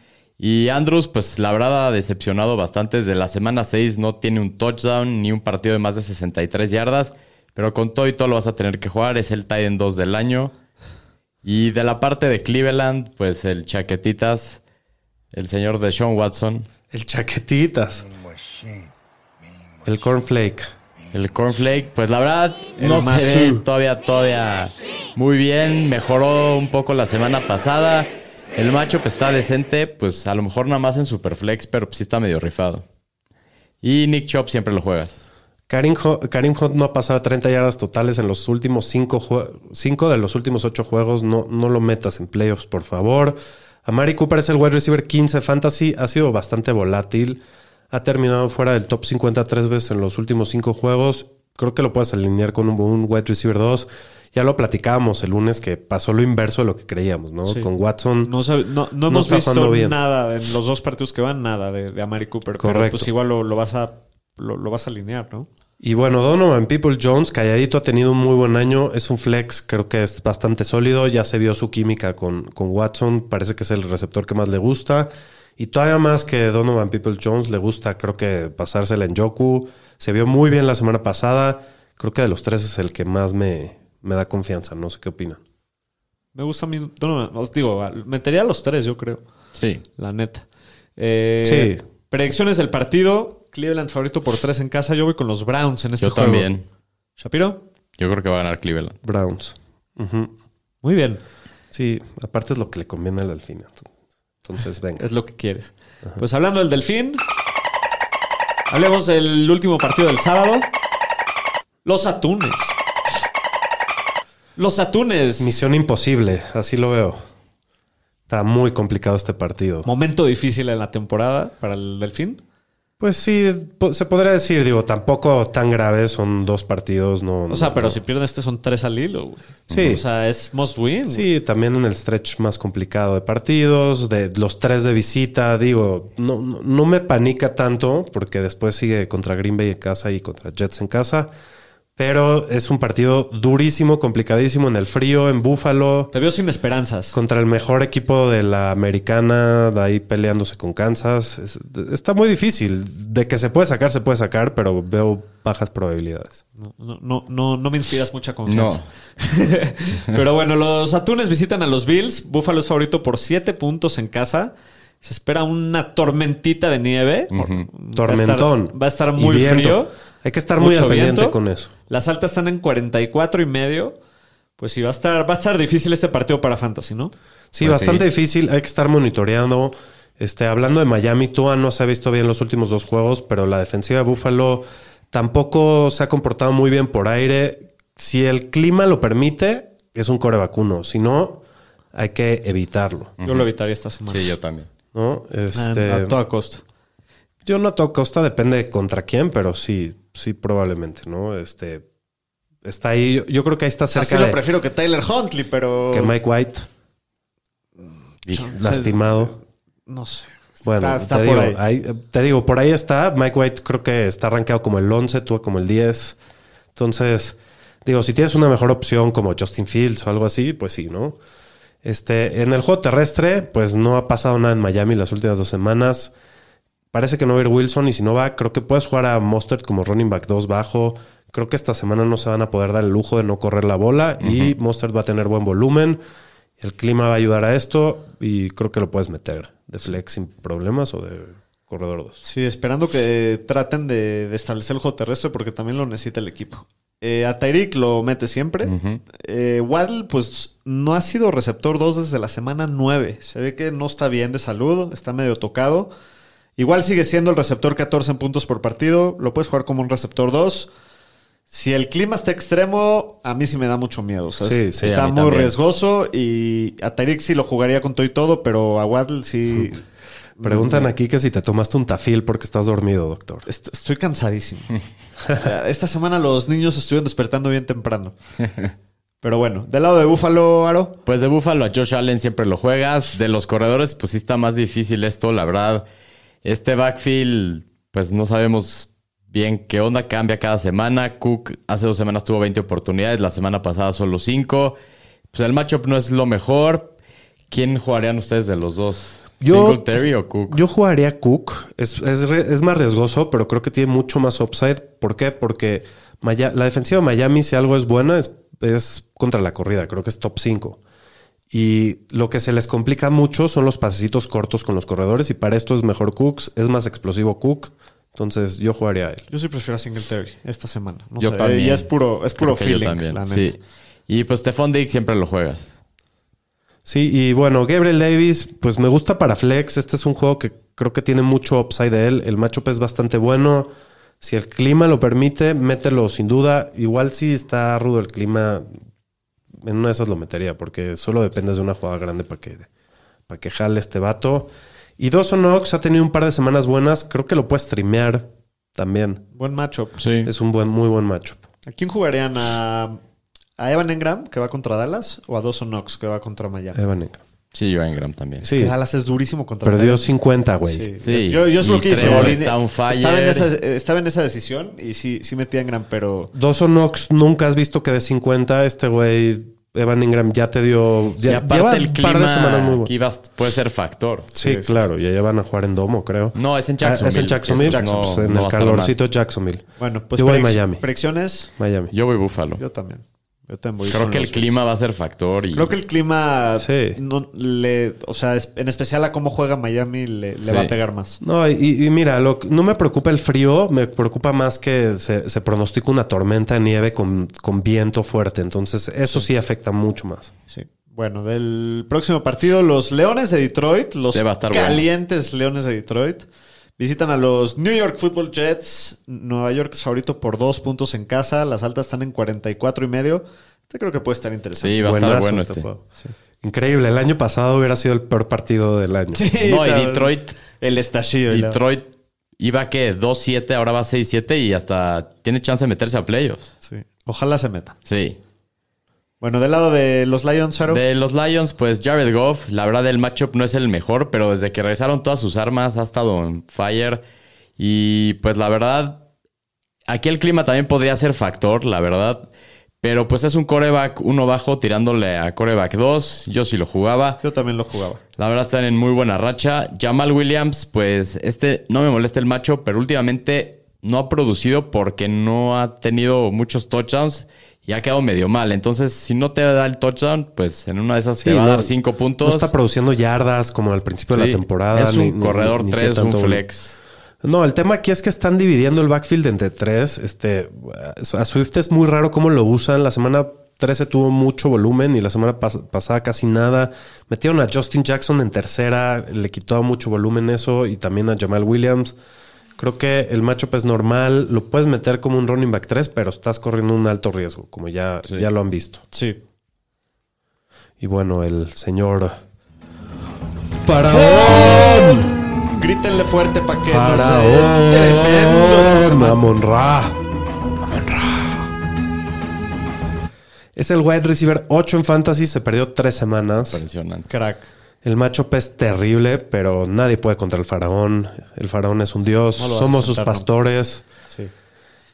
Y Andrews, pues la verdad ha decepcionado bastante. Desde la semana 6 no tiene un touchdown ni un partido de más de 63 yardas. Pero con todo y todo lo vas a tener que jugar. Es el Titan 2 del año. Y de la parte de Cleveland, pues el Chaquetitas, el señor de Sean Watson, El chaquetitas. El cornflake. el Cornflake, pues la verdad El no Masu. se ve todavía, todavía muy bien. Mejoró un poco la semana pasada. El macho pues, está decente, pues a lo mejor nada más en Superflex, pero pues, sí está medio rifado. Y Nick Chop siempre lo juegas. Karim, Ho- Karim Hunt no ha pasado de 30 yardas totales en los últimos 5 cinco de los últimos 8 juegos. No, no lo metas en playoffs, por favor. Amari Cooper es el wide receiver 15 fantasy. Ha sido bastante volátil. Ha terminado fuera del top 50 tres veces en los últimos 5 juegos. Creo que lo puedes alinear con un, un wide receiver 2. Ya lo platicábamos el lunes que pasó lo inverso de lo que creíamos, ¿no? Sí. Con Watson. No, sabe- no, no No hemos está visto jugando bien. nada en los dos partidos que van, nada de, de Amari Cooper. Pero Correcto. pues igual lo, lo vas a lo, lo vas a alinear, ¿no? Y bueno, Donovan People Jones, calladito, ha tenido un muy buen año. Es un flex, creo que es bastante sólido. Ya se vio su química con, con Watson. Parece que es el receptor que más le gusta. Y todavía más que Donovan People Jones, le gusta, creo que pasársela en Joku. Se vio muy bien la semana pasada. Creo que de los tres es el que más me, me da confianza. No sé qué opinan. Me gusta a mí. no, no, os digo, al- metería a los tres, yo creo. Sí. La neta. Eh, Sí. Predicciones del partido. Cleveland favorito por tres en casa. Yo voy con los Browns en este Yo juego. también. Shapiro. Yo creo que va a ganar Cleveland. Browns. Ujú. Muy bien. Sí, aparte es lo que le conviene al delfín. Entonces, venga. Es lo que quieres. Pues hablando del Delfín. Hablemos del último partido del sábado. Los Atunes. Los Atunes. Misión imposible, así lo veo. Está muy complicado este partido. Momento difícil en la temporada para el Delfín. Pues sí, po- se podría decir, digo, tampoco tan grave, son dos partidos, no. O sea, no- pero no. si pierde este son tres al hilo, güey. Sí. O sea, es must win. Sí, también en el stretch más complicado de partidos, de los tres de visita, digo, no, no, no me panica tanto porque después sigue contra Green Bay en casa y contra Jets en casa, pero es un partido durísimo, complicadísimo en el frío, en Búfalo, Te veo sin esperanzas. contra el mejor equipo de la americana, de ahí peleándose con Kansas. Es- está muy difícil, de que se puede sacar, se puede sacar, pero veo bajas probabilidades. No, no, no, no, no me inspiras mucha confianza. No. [laughs] Pero bueno, los atunes visitan a los Bills. Buffalo es favorito por 7 puntos en casa. Se espera una tormentita de nieve. Tormentón. Va a estar, y muy viento. frío. Hay que estar muy Mucho al pendiente viento. con eso. Las altas están en 44 y medio. Pues sí, va a estar, va a estar difícil este partido para Fantasy, ¿no? Sí, Pues bastante sí. difícil. Hay que estar monitoreando. Este, hablando de Miami, Tua no se ha visto bien los últimos dos juegos, pero la defensiva de Buffalo tampoco se ha comportado muy bien por aire. Si el clima lo permite, es un core vacuno. Si no, hay que evitarlo. Yo lo evitaría esta semana. Sí, yo también. ¿no? Este, A toda costa. Yo no toco Costa, depende de contra quién, pero sí, sí, probablemente, ¿no? Este está ahí. Yo, yo creo que ahí está Así cerca lo de prefiero que Tyler Huntley, pero. que Mike White, lastimado. No sé. Bueno, está, está te, por ahí. digo, ahí- te digo, por ahí está. Mike White creo que está rankeado como el 11, tú como el 10. Entonces, digo, si tienes una mejor opción como Justin Fields o algo así, pues sí, ¿no? Este, en el juego terrestre, pues no ha pasado nada en Miami las últimas dos semanas. Parece que no va a ir Wilson y si no va, creo que puedes jugar a Mostert como running back 2 bajo. Creo que esta semana no se van a poder dar el lujo de no correr la bola y Mostert va a tener buen volumen. El clima va a ayudar a esto y creo que lo puedes meter de flex sin problemas o de corredor 2. Sí, esperando que traten de, de establecer el juego terrestre porque también lo necesita el equipo. Eh, a Tyreek lo mete siempre. Eh, Waddle, pues no ha sido receptor 2 desde la semana 9. Se ve que no está bien de salud, está medio tocado. Igual sigue siendo el receptor 14 en puntos por partido. Lo puedes jugar como un receptor 2. Si el clima está extremo, a mí sí me da mucho miedo. o sea, Sí, es- sí, está a mí muy también. riesgoso y a Tyreek sí lo jugaría con todo y todo, pero a Waddle sí. Preguntan aquí que si te tomaste un tafil porque estás dormido, doctor. Est- Estoy cansadísimo. Eh, Esta semana los niños estuvieron despertando bien temprano. Pero bueno, del lado de Búfalo, Aro. Pues de Buffalo a Josh Allen siempre lo juegas. De los corredores, pues sí está más difícil esto, la verdad. Este backfield, pues no sabemos bien qué onda, cambia cada semana. Cook hace dos semanas tuvo 20 oportunidades, la semana pasada solo 5. Pues el matchup no es lo mejor. ¿Quién jugarían ustedes de los dos? ¿Singletary o Cook? pues, Yo jugaría Cook. Es, es re- es más riesgoso, pero creo que tiene mucho más upside. ¿Por qué? Porque Maya- la defensiva de Miami, si algo es buena, es, es contra la corrida. Creo que es top 5. Y lo que se les complica mucho son los pasecitos cortos con los corredores. Y para esto es mejor Cooks. Es más explosivo Cook. Entonces yo jugaría a él. Yo sí prefiero a Singletary esta semana. No Yo sé, también. Y es puro, es puro Creo que yo feeling, también, la neta. sí. Y pues Stephon Diggs siempre lo juegas. Sí, y bueno, Gabriel Davis, pues me gusta para Flex. Este es un juego que creo que tiene mucho upside de él. El matchup es bastante bueno. Si el clima lo permite, mételo sin duda. Igual si está rudo el clima, en una de esas lo metería, porque solo dependes de una jugada grande para que, para que jale este vato. Y Dawson Knox ha tenido un par de semanas buenas. Creo que lo puede streamear también. Buen matchup. Sí. Es un buen, muy buen matchup. ¿A quién jugarían? ¿A, a Evan Engram, que va contra Dallas? ¿O a Dawson Knox, que va contra Miami? Evan Engram. Sí, yo Ingram también. Eh, Sí, Que Dallas es durísimo contra perdió Miami. 50, güey. Sí. Sí. Yo, yo es lo Y que hice. Trevor Aline- está on fire. Estaba en, esa, estaba en esa decisión y sí, sí metía Engram, pero... Dawson Knox nunca has visto que de 50 este güey Evan Ingram ya te dio Y ya, aparte lleva el un clima par de semanas muy aquí bueno. vas- puede ser factor. Sí, claro, ya ya van a jugar en domo, creo. No, es en Ah, es en Mm, Jacksonville. Jacksonville, Es- no, pues, en no va el a estar mal. calorcito Jacksonville. Bueno, pues Yo voy a predicc- Miami. predicciones. Miami. Yo voy Búfalo. Yo también. Yo también voy Creo con que el los Bills. clima va a ser factor. Y... Creo que el clima. Sí. no le, o sea, es- en especial a cómo juega Miami le, le Sí. va a pegar más. No, y, y mira, lo que- no me preocupa el frío, me preocupa más que se, se pronostica una tormenta de nieve con, con viento fuerte. Entonces, eso sí afecta mucho más. Sí. Bueno, del próximo partido, los Leones de Detroit, los Sí, va a estar calientes Leones de Detroit, visitan a los New York Football Jets. Nueva York es favorito por dos puntos en casa. Las altas están en 44 y medio. Este creo que puede estar interesante. Sí, va a estar Buenazo bueno este este. juego. Increíble, el año pasado hubiera sido el peor partido del año. No, y Detroit, El estallido. y la- Detroit iba que 2-7, ahora va 6-7 y hasta tiene chance de meterse a playoffs. Sí. Ojalá se metan. Sí. Bueno, del lado de los Lions, Aro. De los Lions, pues Jared Goff, la verdad el matchup no es el mejor, pero desde que regresaron todas sus armas ha estado on fire. Y pues la verdad, aquí el clima también podría ser factor, la verdad. Pero pues es un coreback uno bajo tirándole a coreback 2. Yo sí lo jugaba. Yo también lo jugaba. La verdad están en muy buena racha. Jamal Williams, pues este no me molesta el macho, pero últimamente no ha producido porque no ha tenido muchos touchdowns y ha quedado medio mal. Entonces, si no te da el touchdown, pues en una de esas te Sí, va a no- dar cinco puntos. No está produciendo yardas como al principio de Sí, la temporada. Es ni- un ni- corredor ni- ni 3, tiene un tanto- flex. No, el tema aquí es que están dividiendo el backfield entre tres. Este, a Swift es muy raro cómo lo usan. La semana 13 tuvo mucho volumen y la semana pas- pasada casi nada. Metieron a Justin Jackson en tercera, le quitó mucho volumen eso y también a Jamal Williams. Creo que el matchup es normal. Lo puedes meter como un running back 3, pero estás corriendo un alto riesgo, como ya, ya lo han visto. Sí. Y bueno, el señor Grítenle fuerte para que nos dé tremendo esta Faraón semana. Amon Ra. Es el wide receiver 8 en fantasy, se perdió tres semanas. Impresionante. Crack. El matchup es terrible, pero nadie puede contra el faraón. El faraón es un dios, No lo vas a somos sus aceptar, ¿no? pastores. Sí.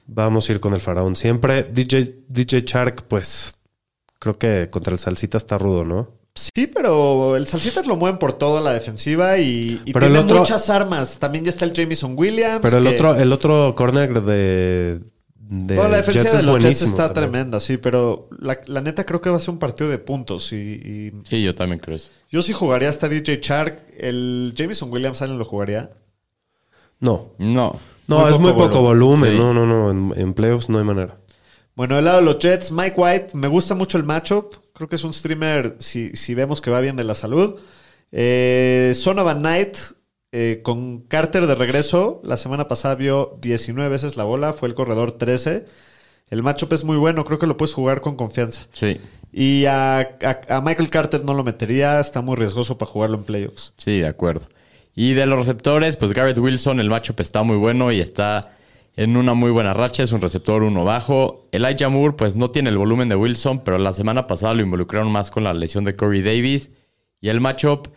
Vamos a ir con el faraón siempre. DJ, DJ Shark, pues creo que contra el salsita está rudo, ¿no? Sí, pero el Salsitas lo mueven por toda la defensiva y, y Pero el tiene otro- muchas armas. También ya está el Jameson Williams. Pero el que- otro, el otro corner de, de Toda la defensa Jets de es los Jets buenísimo está también. tremenda, sí, pero la, la neta creo que va a ser un partido de puntos. Y, y Sí, yo también creo eso. yo sí jugaría hasta DJ Shark. El Jameson Williams, ¿alguien lo jugaría? No, No. No, Muy es muy poco poco volumen. Sí. No, no, no. En, en playoffs no hay manera. Bueno, del lado de los Jets, Mike White, me gusta mucho el matchup. Creo que es un streamer, si, si vemos que va bien de la salud. Eh, Sonovan Knight, eh, con Carter de regreso, la semana pasada vio 19 veces la bola, fue el corredor 13. El matchup es muy bueno, creo que lo puedes jugar con confianza. Sí. Y a, a- a Michael Carter no lo metería, está muy riesgoso para jugarlo en playoffs. Sí, de acuerdo. Y de los receptores, pues Garrett Wilson, el matchup está muy bueno y está en una muy buena racha. Es un receptor uno bajo. Elijah Moore, pues no tiene el volumen de Wilson, pero la semana pasada lo involucraron más con la lesión de Corey Davis. Y el matchup,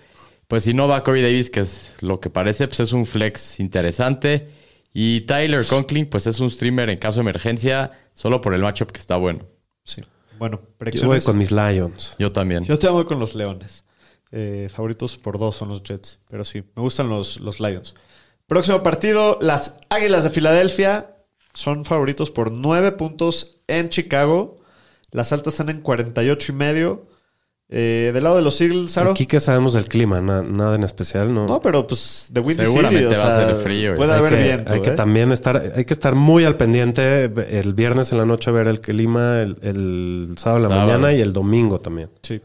pues si no va Corey Davis, que es lo que parece, pues es un flex interesante. Y Tyler Conklin, pues es un streamer en caso de emergencia, solo por el matchup que está bueno. Sí. Bueno, Yo voy predicciones. con mis Lions. Yo también. Yo te amo con los Leones. Eh, favoritos por dos son los Jets, pero sí, me gustan los, los Lions. Próximo partido, las Águilas de Filadelfia son favoritos por nueve puntos en Chicago. Las altas están en 48 y medio. Eh, del lado de los Eagles, Saro. Aquí que sabemos del clima, na- nada en especial, ¿no? No, pero pues de Windy Seguramente City, o va a sea, ser frío, Puede hay haber que, viento. hay que ¿eh? también estar, hay que estar muy al pendiente el viernes en la noche ver el clima, el, el sábado en la Sábado. mañana y el domingo también. Sí.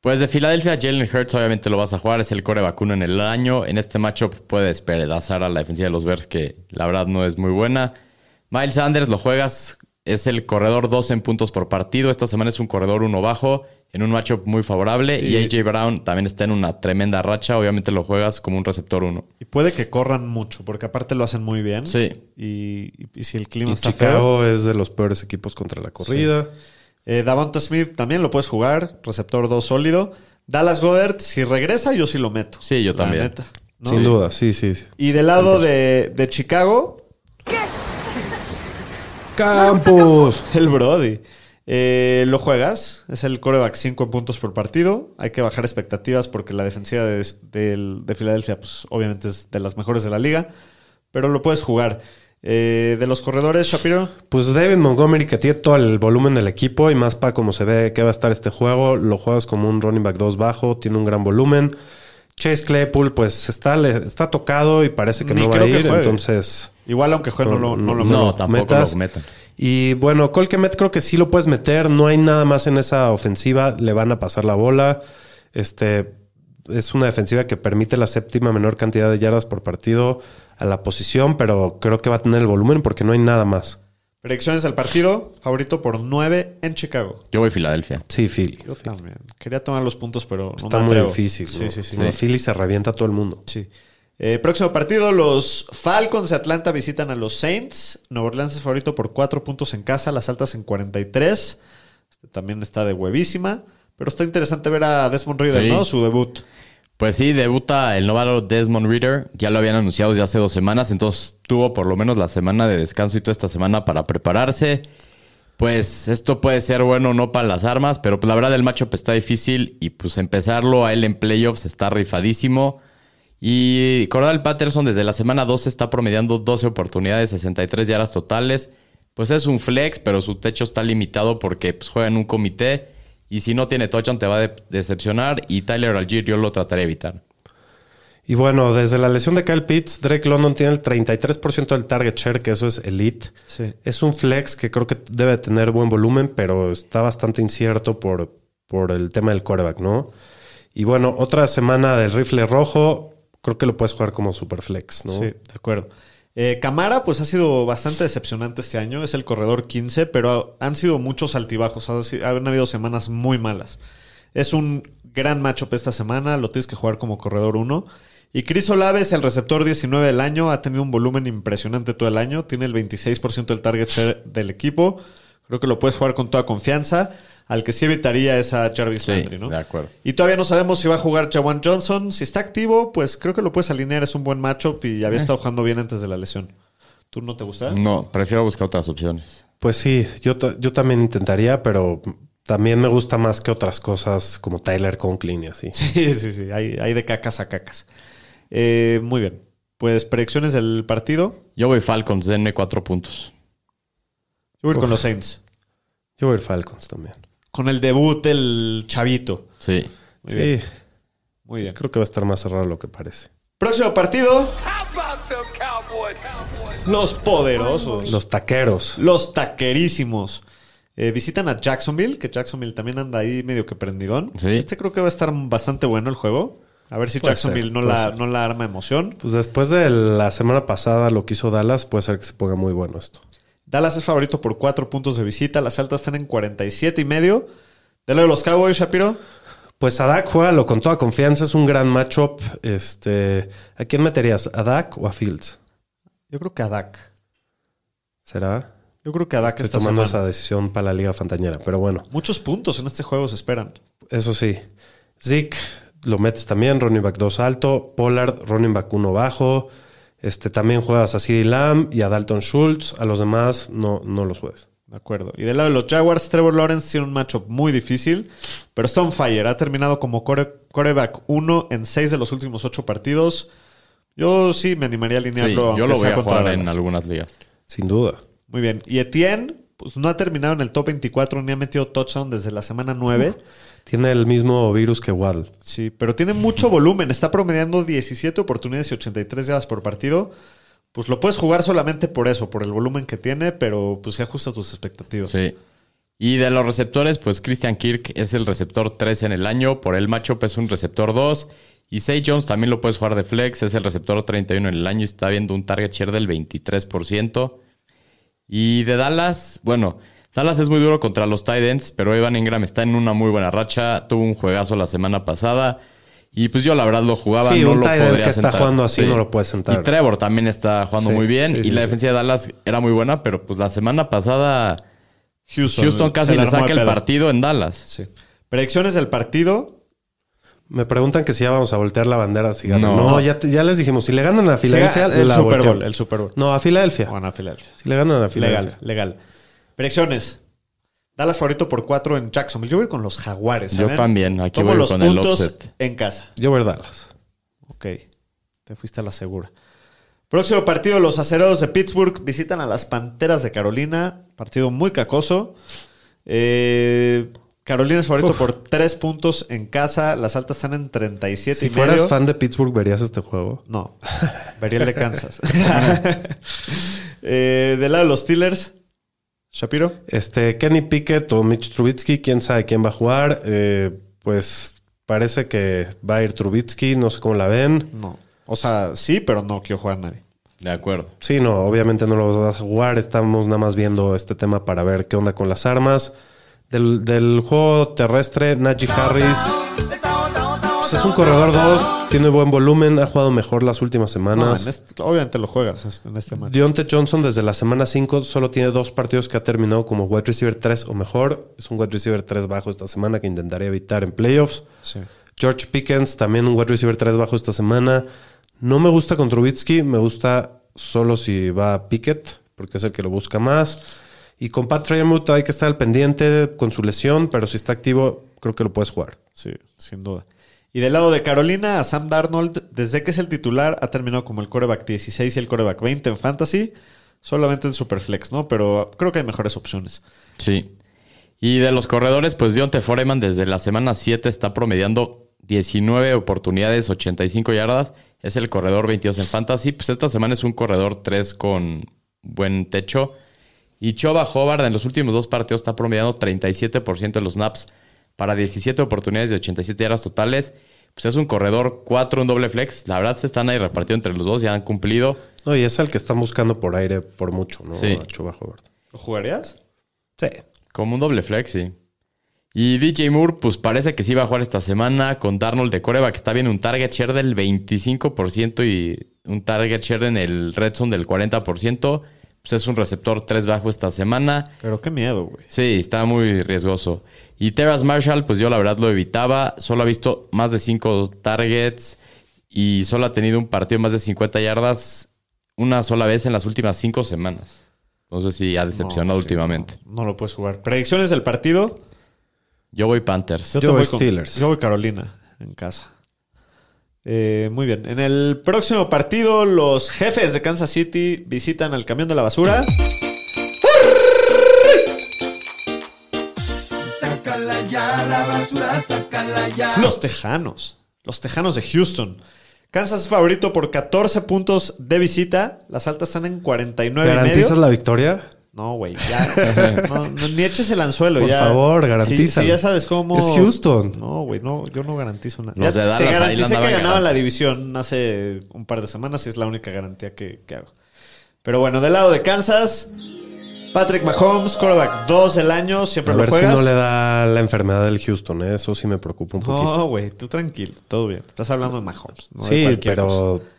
Pues de Filadelfia, Jalen Hurts obviamente lo vas a jugar, es el core vacuno en el año. En este matchup puede despedazar a la defensiva de los Bears, que la verdad no es muy buena. Miles Sanders lo juegas, es el corredor 12 en puntos por partido. Esta semana es un corredor uno bajo, en un matchup muy favorable. Y AJ Brown también está en una tremenda racha, obviamente lo juegas como un receptor uno. Y puede que corran mucho, porque aparte lo hacen muy bien. Sí. Y, y- y si el clima Y está feo. Chicago es de los peores equipos contra la corrida. Eh, Davonta Smith también lo puedes jugar, receptor 2 sólido. Dallas Goddard, si regresa, yo sí lo meto. Sí, yo La también. neta, ¿no? Sin duda, sí, sí. sí. Y del lado de, de Chicago, [laughs] Campos. el Brody. Eh, lo juegas, es el coreback 5 puntos por partido. Hay que bajar expectativas porque la defensiva de, del- de Filadelfia, pues obviamente es de las mejores de la liga, pero lo puedes jugar. Eh, de los corredores, Shapiro, Pues David Montgomery, que tiene todo el volumen del equipo y más para cómo se ve que va a estar este juego. Lo juegas como un running back 2 bajo, tiene un gran volumen. Chase Claypool, pues está, le- está tocado y parece que Ni no va creo a que ir, juegue. entonces. igual aunque juegue, no, lo- no lo No, meto. los tampoco lo metan. Y bueno, Colquemet creo que sí lo puedes meter. No hay nada más en esa ofensiva. Le van a pasar la bola. Este es una defensiva que permite la séptima menor cantidad de yardas por partido a la posición, pero creo que va a tener el volumen porque no hay nada más. Predicciones del partido, favorito por 9 en Chicago. Yo voy a Filadelfia. Sí, Phil. Yo también. Quería tomar los puntos, pero no Está me muy atrevo. difícil. Sí, sí, sí. No, Philly se revienta a todo el mundo. Sí. Eh, próximo partido, los Falcons de Atlanta visitan a los Saints. Nueva Orleans es favorito por 4 puntos en casa, las altas en 43. Este también está de huevísima. Pero está interesante ver a Desmond Reader, Sí. ¿no? Su debut. Pues sí, debuta el novato Desmond Reader. Ya lo habían anunciado desde hace dos semanas, entonces tuvo por lo menos la semana de descanso y toda esta semana para prepararse. Pues esto puede ser bueno o no para las armas, pero pues, la verdad el matchup está difícil y pues empezarlo a él en playoffs está rifadísimo. Y Cordal Patterson desde la semana 12 está promediando 12 oportunidades, 63 yardas totales. Pues es un flex, pero su techo está limitado porque pues, juega en un comité. Y si no tiene touchdown te va a de- decepcionar. Y Tyler Algier yo lo trataré de evitar. Y bueno, desde la lesión de Kyle Pitts, Drake London tiene el 33% del target share, que eso es elite. Sí. Es un flex que creo que debe tener buen volumen, pero está bastante incierto por, por el tema del quarterback, ¿no? Y bueno, otra semana del rifle rojo, creo que lo puedes jugar como super flex, ¿no? Sí, de acuerdo. Eh, Camara, pues ha sido bastante decepcionante este año. Es el corredor 15, pero ha- han sido muchos altibajos. Ha si- Han habido semanas muy malas. Es un gran matchup esta semana. Lo tienes que jugar como corredor 1. Y Chris Olave es el receptor 19 del año. Ha tenido un volumen impresionante todo el año. Tiene el 26% del target share del equipo. Creo que lo puedes jugar con toda confianza. Al que sí evitaría es a Jarvis Sí, Landry, ¿no? de acuerdo. Y todavía no sabemos si va a jugar Jawan Johnson. Si está activo, pues creo que lo puedes alinear. Es un buen matchup y Eh. había estado jugando bien antes de la lesión. ¿Tú no te gusta? No, prefiero buscar otras opciones. Pues sí, yo, ta- yo también intentaría, pero también me gusta más que otras cosas como Tyler Conklin y así. [laughs] Sí, sí, sí. Hay, hay de cacas a cacas. Eh, muy bien. Pues predicciones del partido. Yo voy Falcons, denme cuatro puntos. Yo voy con Uf. los Saints. Yo voy a ir Falcons también. Con el debut del chavito. Sí. Muy sí, bien. Muy bien. creo que va a estar más cerrado de lo que parece. Próximo partido. Los poderosos. Los taqueros. Los taquerísimos. Eh, visitan a Jacksonville, que Jacksonville también anda ahí medio que prendidón. Sí. Este creo que va a estar bastante bueno el juego. A ver si Puede Jacksonville ser, no, puede la, ser. no la arma emoción. Pues después de la semana pasada lo que hizo Dallas, puede ser que se ponga muy bueno esto. Dallas es favorito por cuatro puntos de visita. Las altas están en 47 y medio. De lado de los Cowboys, Shapiro. Pues Adak, juégalo con toda confianza, es un gran matchup. Este, ¿A quién meterías? ¿A Dak o a Fields? Yo creo que a Dak. ¿Será? Yo creo que a Dak Estoy esta tomando semana. esa decisión para la Liga Fantañera, pero bueno. Muchos puntos en este juego se esperan. Eso sí. Zeke lo metes también, running back 2 alto. Pollard, running back 1 bajo. Este, también juegas a CeeDee Lamb y a Dalton Schultz. A los demás no, no los juegas. De acuerdo. Y del lado de los Jaguars, Trevor Lawrence tiene un matchup muy difícil, pero está on fire. Ha terminado como core, coreback 1 en 6 de los últimos 8 partidos. Yo sí me animaría a Sí, alinearlo. yo aunque lo voy sea a contra jugar en Dallas. algunas ligas. Sin duda. Muy bien. Y Etienne, pues no ha terminado en el top 24 ni ha metido touchdown desde la semana 9. Tiene el mismo virus que Waddle. Sí, pero tiene mucho volumen. Está promediando 17 oportunidades y 83 yardas por partido. Pues lo puedes jugar solamente por eso, por el volumen que tiene, pero pues se ajusta a tus expectativas. Sí. Y de los receptores, pues Christian Kirk es el receptor 3 en el año. Por el matchup es un receptor 2. Y Say Jones también lo puedes jugar de flex. Es el receptor 31 en el año y está viendo un target share del 23%. Y de Dallas, bueno, Dallas es muy duro contra los tight ends, pero Evan Ingram está en una muy buena racha. Tuvo un juegazo la semana pasada. Y pues yo la verdad lo jugaba. Sí, no un lo tight end podría que está sentar. jugando así no lo puedes sentar. Y Trevor también está jugando Sí, muy bien. sí, y sí, la sí. defensa de Dallas era muy buena, pero pues la semana pasada... Houston, Houston se casi la le armó de saca el pedo. partido en Dallas. Sí. Predicciones del partido. Me preguntan que si ya vamos a voltear la bandera. Si ganan. No. No, ya, te- ya les dijimos. Si le ganan a Filadelfia, Se gana el la Super volteamos. Bowl, el Super Bowl. No, a Filadelfia. Bueno, a Filadelfia. Si le ganan a Filadelfia. Legal, legal. Predicciones. Dallas favorito por 4 en Jacksonville. Yo voy con los Jaguares. Yo a ver. también, aquí Tomo voy los con el puntos upset. en casa. Yo voy a Dallas. Ok. Te fuiste a la segura. Próximo partido, los acereros de Pittsburgh visitan a las Panteras de Carolina. Partido muy cacoso. Eh, Carolina es favorito por 3 puntos en casa. Las altas están en 37 Si y medio. fueras fan de Pittsburgh, verías este juego. No, vería el de Kansas. [laughs] eh, del lado de los Steelers, Shapiro. Este, Kenny Pickett o Mitch Trubitsky, quién sabe quién va a jugar. Eh, pues parece que va a ir Trubitsky, no sé cómo la ven. No. O sea, sí, pero no quiero jugar a nadie. De acuerdo. Sí, no, obviamente no los vas a jugar. Estamos nada más viendo este tema para ver qué onda con las armas. Del, del juego terrestre, Najee Harris Pues es un corredor 2, tiene buen volumen, ha jugado mejor las últimas No, semanas. en este- obviamente lo juegas es- en este match. Dionte Johnson desde la semana 5 solo tiene dos partidos que ha terminado como wide receiver 3 o mejor. Es un wide receiver 3 bajo esta semana que intentaría evitar en playoffs. Sí. George Pickens también un wide receiver 3 bajo esta semana. No me gusta con Trubitsky, me gusta solo si va a Pickett, porque es el que lo busca más. Y con Pat Freiermuth hay que estar al pendiente con su lesión, pero si está activo, creo que lo puedes jugar. Sí, sin duda. Y del lado de Carolina, a Sam Darnold, desde que es el titular, ha terminado como el coreback 16 y el coreback 20 en Fantasy, solamente en Superflex, ¿no? Pero creo que hay mejores opciones. Sí. Y de los corredores, pues Dionte Foreman desde la semana 7 está promediando 19 oportunidades, 85 yardas. Es el corredor 22 en Fantasy. Pues esta semana es un corredor 3 con buen techo. Y Choba Hobart en los últimos dos partidos está promediando 37% de los snaps para 17 oportunidades de 87 yardas totales. Pues es un corredor 4, un doble flex. La verdad se están ahí repartidos entre los dos, ya han cumplido. No, y es el que están buscando por aire por mucho, ¿no? Sí. A Chuba Hubbard. ¿Lo jugarías? Sí. Como un doble flex, sí. Y DJ Moore, pues parece que sí va a jugar esta semana con Darnold de Coreba, que está bien un target share del 25% y un target share en el red zone del 40%. Pues es un receptor 3 bajo esta semana. Pero qué miedo, güey. Sí, está muy riesgoso. Y Terrace Marshall, pues yo la verdad lo evitaba. Solo ha visto más de 5 targets y solo ha tenido un partido más de 50 yardas una sola vez en las últimas 5 semanas. Entonces sí, ha decepcionado No, sí, últimamente. No, no lo puedes jugar. Predicciones del partido. Yo voy Panthers. Yo te voy con- Steelers. yo voy Carolina en casa. Eh, muy bien. En el próximo partido, los jefes de Kansas City visitan al camión de la basura. Los Tejanos. Los Tejanos de Houston. Kansas es favorito por 14 puntos de visita. Las altas están en 49 y medio. ¿Garantizas la victoria? No, güey, [laughs] ya. No, no, ni eches el anzuelo, Por ya. favor, garantiza. garantízalo. Si, ya sabes cómo. Es Houston. No, güey, no, yo no garantizo nada. Los Ya de Dallas te ahí la garanticé que andaban ganaba ganando. la división hace un par de semanas y es la única garantía que, que hago. Pero bueno, del lado de Kansas, Patrick Mahomes, quarterback 2 del año, siempre A lo ver si juegas. no le da la enfermedad del Houston, ¿eh? eso sí me preocupa un poquito. No, güey, tú tranquilo, todo bien. Estás hablando de Mahomes. No de sí, cualquier cosa. pero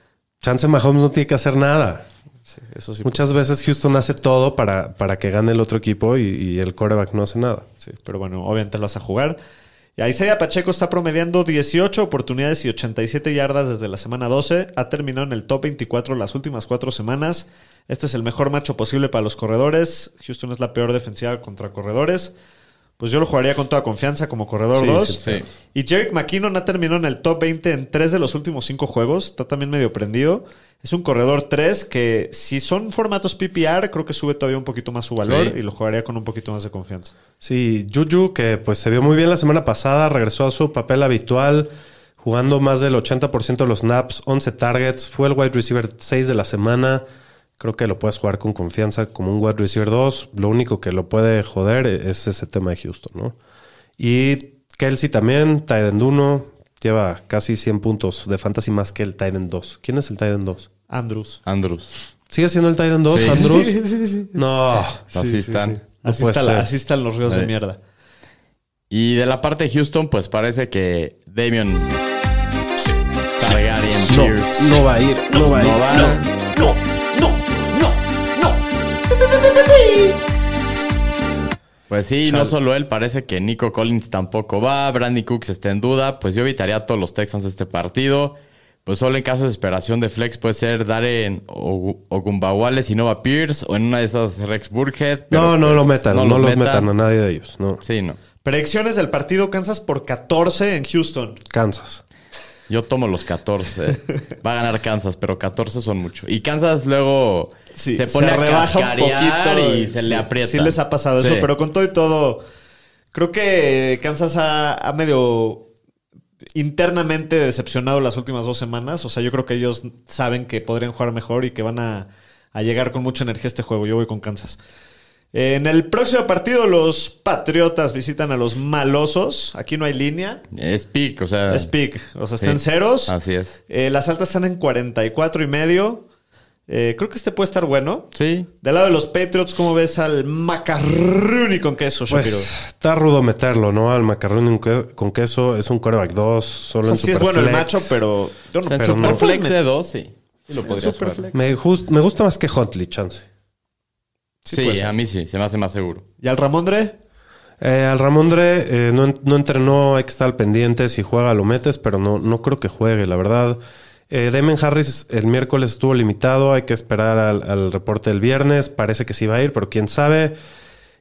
Chance Mahomes no tiene que hacer nada. Sí, eso sí. Muchas veces Houston hace todo para, para que gane el otro equipo y, y el quarterback no hace nada. Sí, pero bueno, obviamente lo vas a jugar. Y Isaiah Pacheco está promediando 18 oportunidades y 87 yardas desde la semana 12. Ha terminado en el top 24 las últimas cuatro semanas. Este es el mejor macho posible para los corredores. Houston es la peor defensiva contra corredores. Pues yo lo jugaría con toda confianza como corredor Sí, 2. sí, sí. Y Jerick McKinnon ha terminado en el top 20 en tres de los últimos cinco juegos. Está también medio prendido. Es un corredor 3 que si son formatos PPR creo que sube todavía un poquito más su valor Sí. y lo jugaría con un poquito más de confianza. Sí, Juju, que pues se vio muy bien la semana pasada, regresó a su papel habitual, jugando más del 80% de los snaps, 11 targets, fue el wide receiver 6 de la semana. Creo que lo puedes jugar con confianza como un wide receiver 2. Lo único que lo puede joder e-, es ese tema de Houston, ¿no? Y Kelsey también, Tyden 1, lleva casi 100 puntos de fantasy más que el Tyden 2. ¿Quién es el Tyden 2? Andrews. Andrews. ¿Sigue siendo el Tyden 2, Sí. Andrews? sí, sí. No. Así están. No así, puede está la- ser. así están los ríos de Sí. mierda. Y de la parte de Houston, pues parece que Damian Targaryen No, Pierce no va a ir, no va a ir. no va. No, no, no, no. Pues sí, no solo él, parece que Nico Collins tampoco va, Brandy Cooks está en duda, pues yo evitaría a todos los Texans este partido. Pues solo en caso de desesperación de flex puede ser Darren Ogu- Ogumbawale si no va Pierce o en una de esas Rex Burkhead. pero No, no pues lo metan, no, los metan. a nadie de ellos, no. Sí, no. Predicciones del partido Kansas por 14 en Houston. Kansas. Pues, Yo tomo los 14. Va a ganar Kansas, pero 14 son mucho. Y Kansas luego Sí, se pone a cascarear y se sí, le aprieta. Sí les ha pasado eso, Sí. pero con todo y todo, creo que Kansas ha, ha medio internamente decepcionado las últimas dos semanas. O sea, yo creo que ellos saben que podrían jugar mejor y que van a, a llegar con mucha energía a este juego. Yo voy con Kansas. En el próximo partido, los Patriotas visitan a los malosos. Aquí no hay línea. Es pick, o sea. Es pick. O sea, Ah. sí. están ceros. Así es. Eh, las altas están en 44 y medio. Eh, creo que este puede estar bueno. Sí. Del lado de los Patriots, ¿cómo ves al macarroni con queso, Shapiro? Pues está rudo meterlo, ¿no? Al macarrón que- con queso es un coreback 2, solo o sea, en sí es bueno el Superflex. macho, pero... Yo O no, sea, en pero no Superflex puedes ¿eh? de meter- dos, sí. Sí lo en podrías jugar. Superflex. Me, gust- me gusta más que Huntley, chance. Sí, Sí, puede ser. a mí sí, se me hace más seguro. ¿Y al Ramondre? Eh, al Ramondre eh, no, en- no entrenó, hay que estar al pendiente. Si juega, lo metes, pero no, no creo que juegue, la verdad. Eh, Damon Harris el miércoles estuvo limitado, hay que esperar al, al reporte del viernes. Parece que sí va a ir, pero quién sabe.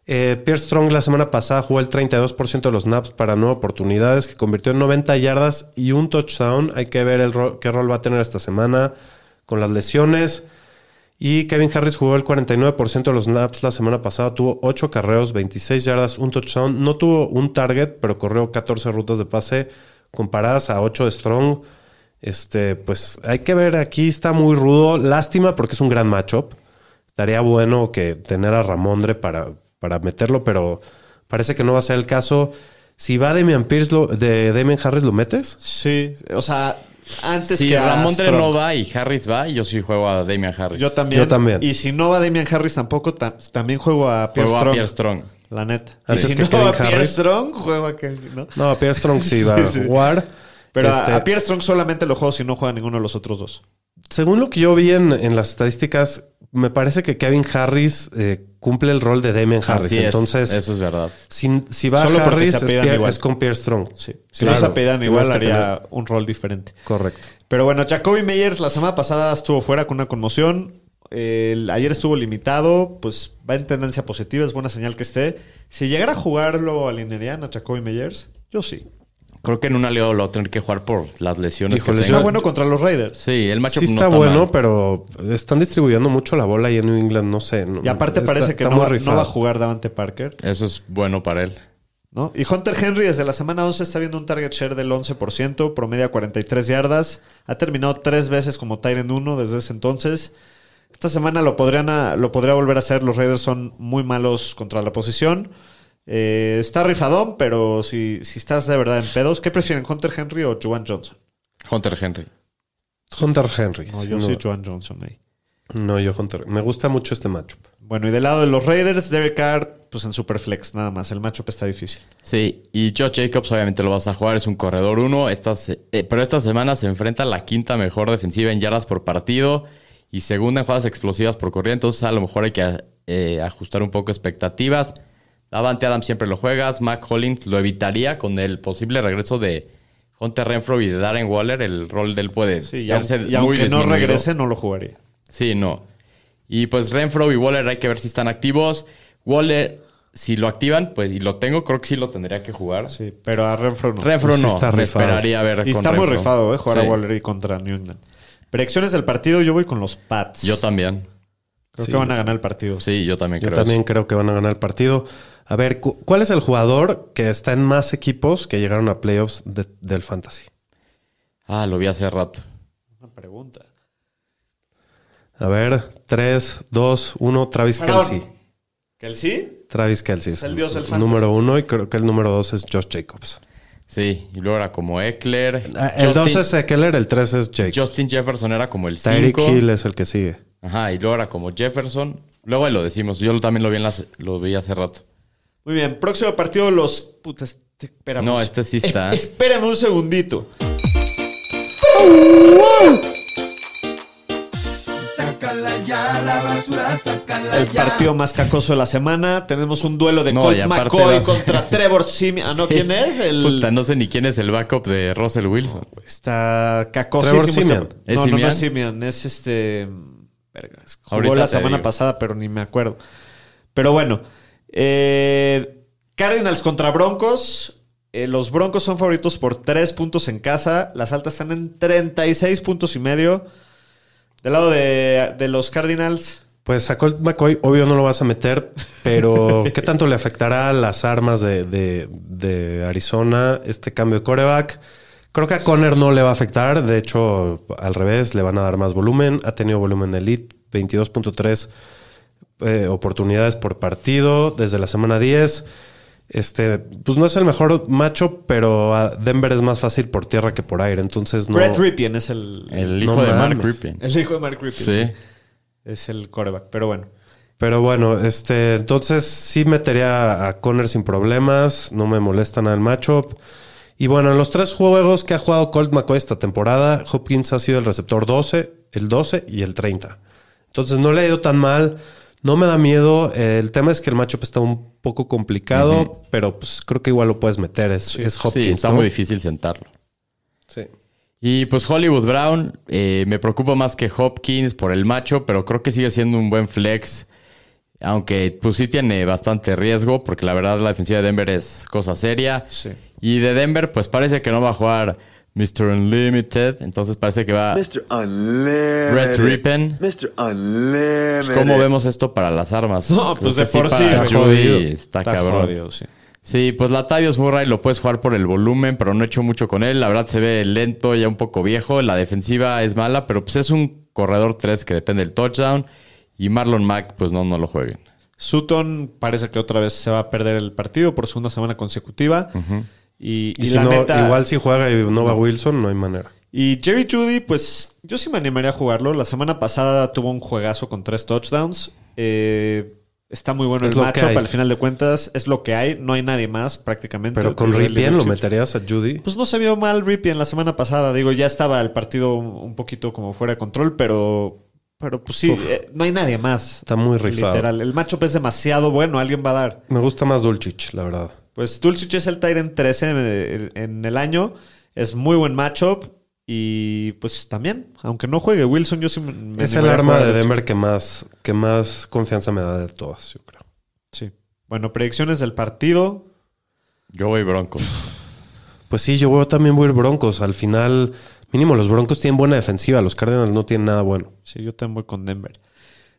Eh, Pierce Strong la semana pasada jugó el 32% de los naps para nueve oportunidades, que convirtió en 90 yardas y un touchdown. Hay que ver el ro- qué rol va a tener esta semana con las lesiones. Y Kevin Harris jugó el 49% de los snaps la semana pasada, tuvo 8 carreos, 26 yardas, un touchdown, no tuvo un target, pero corrió 14 rutas de pase comparadas a 8 de Strong. Este, pues hay que ver, aquí está muy rudo, lástima porque es un gran matchup. Estaría bueno que tener a Ramondre para, para meterlo, pero parece que no va a ser el caso. Si va Damian Pierce, lo- de Damian Harris, ¿lo metes? Sí, o sea, antes si que a Ramondre Strong. no va y Harris va, yo sí juego a Damian Harris. Yo también. Yo también. Y si no va Damian Harris tampoco, ta- también juego a Pierre juego Strong. a Pierre Strong. La neta. Antes y si Ah, que no Kevin va Pierre Harris. Strong, juego a Kevin, ¿no? No, a Pierce [laughs] Strong sí va Sí, sí. a jugar. Pero a- Este- a, Pierre Strong solamente lo juego si no juega ninguno de los otros dos. Según lo que yo vi en, en las estadísticas, me parece que Kevin Harris eh, cumple el rol de Damien Harris. Así es, Entonces, eso es verdad. si, si va Solo porque Harris, se es, apellidan Pierre- igual. es con Pierre Strong. Sí. Si Claro, no se apellidan tienes igual, que haría un rol diferente. tener- Correcto. Pero bueno, Jacoby Meyers la semana pasada estuvo fuera con una conmoción. El- ayer estuvo limitado, pues va en tendencia positiva, es buena señal que esté. Si llegara a jugarlo alinearían a Jacoby Meyers, yo sí. Creo que en una liga lo va a tener que jugar por las lesiones Híjole, que Está tenga. bueno contra los Raiders. Sí, el matchup Sí no está, está bueno, mal. pero están distribuyendo mucho la bola ahí en New England, no sé. no- Y aparte está- parece que está no muy va, no rifado. va a jugar Davante Parker. Eso es bueno para él. ¿no? Y Hunter Henry desde la semana 11 está viendo un target share del 11%, promedia 43 yardas, ha terminado tres veces como Tyrant 1 desde ese entonces. Esta semana lo, podrían a- lo podría volver a hacer, los Raiders son muy malos contra la posición. Eh, está rifadón, pero si, si estás de verdad en pedos, ¿qué prefieren, Hunter Henry o Juan Johnson? Hunter Henry. Hunter Henry. No, yo no, soy Juan Johnson ahí. no, yo Hunter. Me gusta mucho este matchup. Bueno, y del lado de los Raiders, Derek Carr, pues en Superflex, nada más. El matchup está difícil. Sí, y Josh Jacobs obviamente lo vas a jugar, es un corredor uno, esta se- eh, pero esta semana se enfrenta a la quinta mejor defensiva en yardas por partido y segunda en jugadas explosivas por corrida, entonces a lo mejor hay que eh, ajustar un poco expectativas. Davante Adam siempre lo juegas, Mac Hollins lo evitaría con el posible regreso de Hunter Renfro y de Darren Waller, el rol del puede Sí, y, verse aunque- y muy aunque no disminuido. regrese, no lo jugaría. Sí, no. Y pues Renfro y Waller hay que ver si están activos. Waller, si lo activan, pues y lo tengo, creo que sí lo tendría que jugar. Sí, pero a Renfro no. Renfro Pues Sí no, está me rifado. esperaría a ver Y con está muy Renfro. rifado, ¿eh? Jugar Sí, a Waller y contra New England. Predicciones del partido, yo voy con los Pats. Yo también. Creo Sí. que van a ganar el partido. Sí, yo también Yo creo también creo que van a ganar el partido. A ver, cu- ¿cuál es el jugador que está en más equipos que llegaron a playoffs de- del Fantasy? eso. Ah, lo vi hace rato. Una pregunta. A ver, 3, 2, 1, Travis Perdón. Kelsey. ¿Que el sí? Travis Kelsey es el dios del fantasy. número uno y creo que el número dos es Josh Jacobs. Sí, y luego era como Eckler. Ah, El dos es Eckler, el tres es Jacobs. Justin Jefferson era como el Tyreek 5. Hill es el que sigue. Ajá, y luego era como Jefferson. Luego ahí lo decimos. Yo lo- también lo vi, en las- lo vi hace rato. Muy bien, próximo partido, los. Puta, este- espérame. No, un- este sí está. Eh, espérame un segundito. El partido más cacoso de la semana. Tenemos un duelo de No, y Colt aparte McCoy vas- [laughs] contra Trevor Simeon. Ah, ¿no? ¿Quién es? El... Puta, no sé ni quién es el backup de Russell Wilson. Está cacosísimo. Trevor Simeon. Está- ¿Es No, no, no Simeon? es Simeon, es este. Verga, es- jugó Ahorita la te semana digo. pasada, pero ni me acuerdo. Pero bueno, eh, Cardinals contra Broncos. Eh, los Broncos son favoritos por 3 puntos en casa. Las altas están en 36 puntos y medio. Del lado de, de los Cardinals, Pues a Colt McCoy, obvio no lo vas a meter, pero ¿qué tanto le afectará las armas de, de- de Arizona este cambio de coreback? Creo que a Conner no le va a afectar, de hecho, al revés, le van a dar más volumen. Ha tenido volumen elite, 22.3 eh, oportunidades por partido desde la semana 10. Este, pues no es el mejor macho, pero a Denver es más fácil por tierra que por aire, entonces no. Brett Ripien es el, El hijo No de Mark mames. Griffin. el hijo de Mark Ripien. Sí. es el coreback. Pero bueno, Pero bueno, este, entonces sí metería a Conner sin problemas. No me molesta nada el matchup. Y bueno, en los tres juegos que ha jugado Colt McCoy esta temporada, Hopkins ha sido el receptor 12, el 12 y el 30. Entonces no le ha ido tan mal. No me da miedo. Eh, el tema es que el matchup está un poco complicado, pero pues creo que igual lo puedes meter. Es, es Hopkins. sí, está ¿no? muy difícil sentarlo. Sí. Y pues Hollywood Brown eh, me preocupa más que Hopkins por el macho, pero creo que sigue siendo un buen flex. Aunque pues sí tiene bastante riesgo, porque la verdad la defensiva de Denver es cosa seria. Sí. Y de Denver pues parece que no va a jugar Mr. Unlimited, entonces parece que va... Mr. Unlimited. Brett Rippin. Mr. Pues, Unlimited. ¿Cómo vemos esto para las armas? No, Creo pues que de por sí para está Judy jodido. Está, está cabrón. jodido, sí. Sí, pues Latavius Murray lo puedes jugar por el volumen, pero no he hecho mucho con él. La verdad se ve lento, ya un poco viejo. La defensiva es mala, pero pues es un corredor 3 que depende del touchdown. Y Marlon Mack, pues no, no lo jueguen. Sutton parece que otra vez se va a perder el partido por segunda semana consecutiva. Y, Mm. Y, y si la no, neta- igual si juega y no va Wilson, no hay manera. Y Jerry Judy, pues yo sí me animaría a jugarlo. La semana pasada tuvo un juegazo con tres touchdowns. Eh, está muy bueno Es el lo que matchup. hay. Al final de cuentas, es lo que hay. No hay nadie más prácticamente. Pero con Tyrell Ripien lo Leachich. meterías a Judy. Pues no se vio mal Ripien la semana pasada. Digo, ya estaba el partido un un poquito como fuera de control, pero. Pero pues sí, eh, no hay nadie más. Está muy rifado. Literal. El matchup es demasiado bueno. Alguien va a dar. Me gusta más Dulcich, la verdad. Pues Dulcich es el Tyrant 13 en- en el año. Es muy buen matchup. Y pues también, aunque no juegue Wilson, yo sí me. me es el animaría a arma jugar de a Dulcich. Denver que más, que más confianza me da de todas, yo creo. Sí. Bueno, predicciones del partido. Yo voy Broncos. Pues sí, yo veo también voy a ir Broncos. Al final, mínimo, los Broncos tienen buena defensiva. Los Cardinals no tienen nada bueno. Sí, yo también voy con Denver.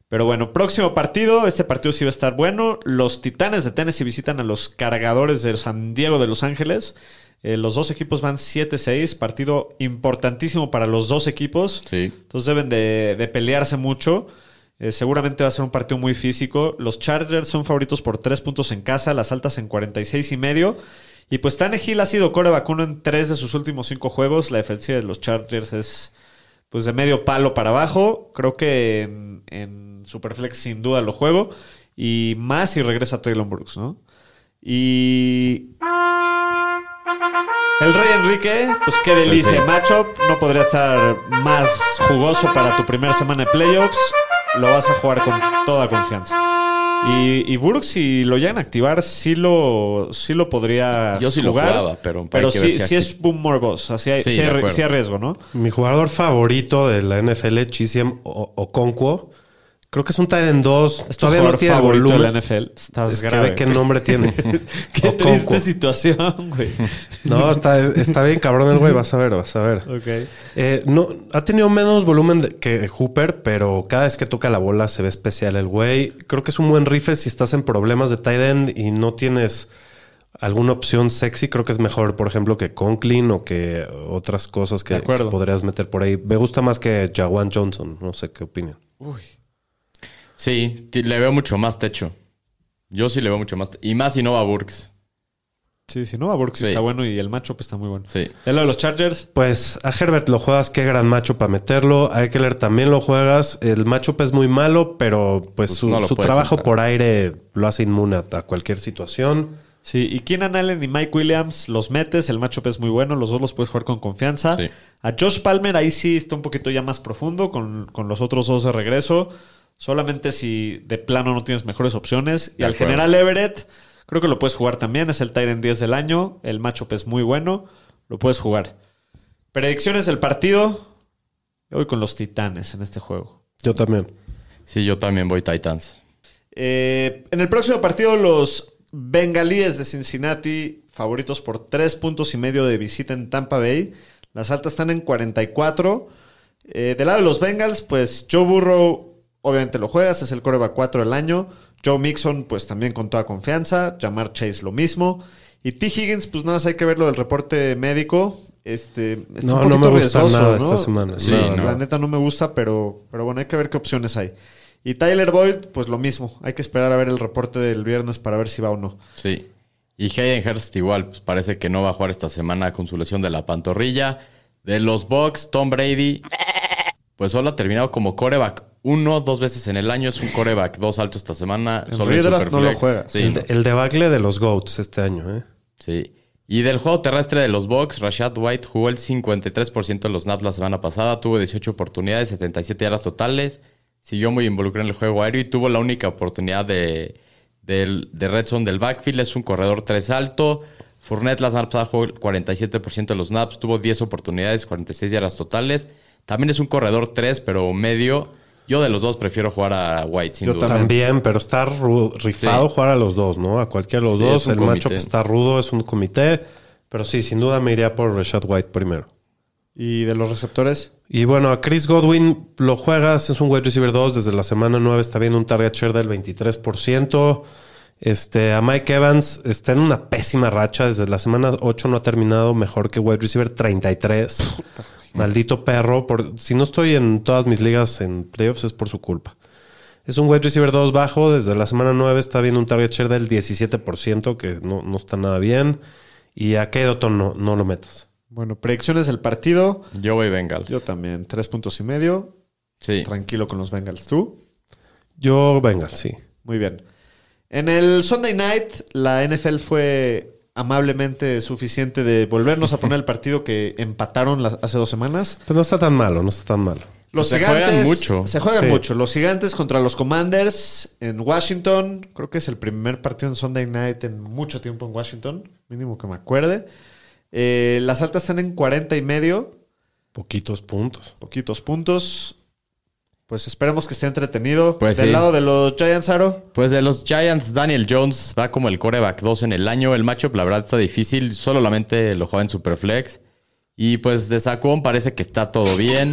Pero bueno, próximo partido. Este partido sí va a estar bueno. Los Titanes de Tennessee visitan a los cargadores de San Diego de Los Ángeles. Eh, los dos equipos van 7-6. Partido importantísimo para los dos equipos. [laughs] Sí. Entonces deben de, de pelearse mucho. Eh, seguramente va a ser un partido muy físico. Los Chargers son favoritos por 3 puntos en casa, las altas en 46 y medio. Y pues Tannehill ha sido core vacuno en 3 de sus últimos 5 juegos. La defensiva de los Chargers es pues de medio palo para abajo. Creo que en, en Superflex sin duda lo juego. Y más si regresa Traylon Brooks, ¿no? Y el Rey Enrique, pues qué delicia Pues sí. de matchup. No podría estar más jugoso para tu primera semana de playoffs. Lo vas a jugar con toda confianza. Y, y Burks, si lo llegan a activar, sí lo, sí lo podría Yo sí lo jugar, jugaba, pero hay pero que ver sí, si sí acti- es boom more boss. Así hay, Sí, sí, de hay- acuerdo. sí hay riesgo, ¿no? Mi jugador favorito de la NFL, Chisiem O- Okonkwo, creo que es un tight end 2. Es tu Todavía no jugador tiene el favorito de volumen. la NFL. Estás Es que grave. ve qué nombre tiene. [laughs] Qué Okonkwo. triste situación, [laughs] güey. No, está, está bien cabrón el güey. Vas a ver, vas a ver. ok. Eh, no, ha tenido menos volumen de- que Hooper, pero cada vez que toca la bola se ve especial el güey. Creo que es un buen rifle si estás en problemas de tight end y no tienes alguna opción sexy. Creo que es mejor, por ejemplo, que Conklin o que otras cosas De que, acuerdo. que podrías meter por ahí. Me gusta más que Jawan Johnson. No sé qué opinan. Sí, ti- le veo mucho más techo. Yo sí le veo mucho más. te- Y más si no va Burks. Sí, si no, a Burks sí Sí. está bueno y el matchup está muy bueno. Sí. De lo de los Chargers, Pues a Herbert lo juegas, qué gran macho para meterlo. A Eckler también lo juegas. El matchup es muy malo, pero pues, Pues su, no lo su puedes trabajo entrar. por aire lo hace inmune a, a cualquier situación. sí. Y Keenan Allen y Mike Williams los metes, el matchup es muy bueno, los dos los puedes jugar con confianza. Sí. A Josh Palmer ahí sí está un poquito ya más profundo con, con los otros dos de regreso. Solamente si de plano no tienes mejores opciones. Y De al acuerdo. general Everett, creo que lo puedes jugar también. Es el Tyrant 10 del año. El matchup es muy bueno. Lo puedes jugar. Predicciones del partido. Yo voy con los titanes en este juego. Yo también. Sí, yo también voy Titans. Eh, en el próximo partido, los bengalíes de Cincinnati, favoritos por tres puntos y medio de visita en Tampa Bay. Las altas están en 44. Eh, del lado de los Bengals, pues Joe Burrow, obviamente lo juegas, es el coreba 4 del año. Joe Mixon, pues también con toda confianza. Jamar Chase lo mismo. Y T. Higgins, pues nada más hay que verlo del reporte médico. Este, está No, un no me poquito gusta riesgoso, nada ¿no? esta semana. Sí, Nada, no. La neta no me gusta, pero, pero bueno, hay que ver qué opciones hay. Y Tyler Boyd, pues lo mismo. Hay que esperar a ver el reporte del viernes para ver si va o no. Sí. Y Hayden Hurst igual, pues parece que no va a jugar esta semana con su lesión de la pantorrilla. De los Bucks, Tom Brady, pues solo ha terminado como coreback uno, dos veces en el año. Es un coreback, dos altos esta semana. En solo en redraft no Superflex. lo juegas. Sí, El, no. el debacle de los GOATs este año, ¿eh? Sí. Y del juego terrestre de los Bucks, Rashad White jugó el 53% de los snaps la semana pasada, tuvo 18 oportunidades, 77 yardas totales, siguió muy involucrado en el juego aéreo y tuvo la única oportunidad de, del- de red zone del backfield, es un corredor tres alto. Fournette la semana pasada jugó el 47% de los snaps, tuvo 10 oportunidades, 46 yardas totales. También es un corredor 3, pero medio. Yo de los dos prefiero jugar a White, sin Yo duda. También. También, pero está ru- rifado Sí. jugar a los dos, ¿no? A cualquiera de los Sí, dos. es un El macho comité. que está rudo es un comité. Pero sí, sin duda me iría por Rashad White primero. Y de los receptores, Y bueno, a Chris Godwin lo juegas, es un wide receiver 2, desde la semana 9 está viendo un target share del 23%. Este, a Mike Evans está en una pésima racha, desde la semana 8 no ha terminado mejor que wide receiver 33. Maldito perro, por, si no estoy en todas mis ligas en playoffs es por su culpa. Es un wide receiver 2 bajo, desde la semana 9 está viendo un target share del 17%, que no, no está nada bien. Y a Kay Dotton no, no lo metas. bueno, predicciones del partido. Yo voy Bengals. Yo también, tres puntos y medio. Sí. Tranquilo con los Bengals. ¿Tú? Yo, venga, sí. Muy bien. En el Sunday Night, la NFL fue amablemente suficiente de volvernos a poner [laughs] el partido que empataron las- hace dos semanas. Pues no está tan malo, no está tan malo. Los Se gigantes juegan mucho. Se juegan Sí. mucho. Los gigantes contra los Commanders en Washington. Creo que es el primer partido en Sunday Night en mucho tiempo en Washington. Mínimo que me acuerde. Eh, las altas están en 40 y medio. Poquitos puntos. Poquitos puntos. Pues esperemos que esté entretenido. Pues Del sí. lado de los Giants, Aro. Pues de los Giants, Daniel Jones va como el coreback 2 en el año. El matchup, la verdad, está difícil. Solamente lo juega en Superflex. Y pues de Sacón parece que está todo bien.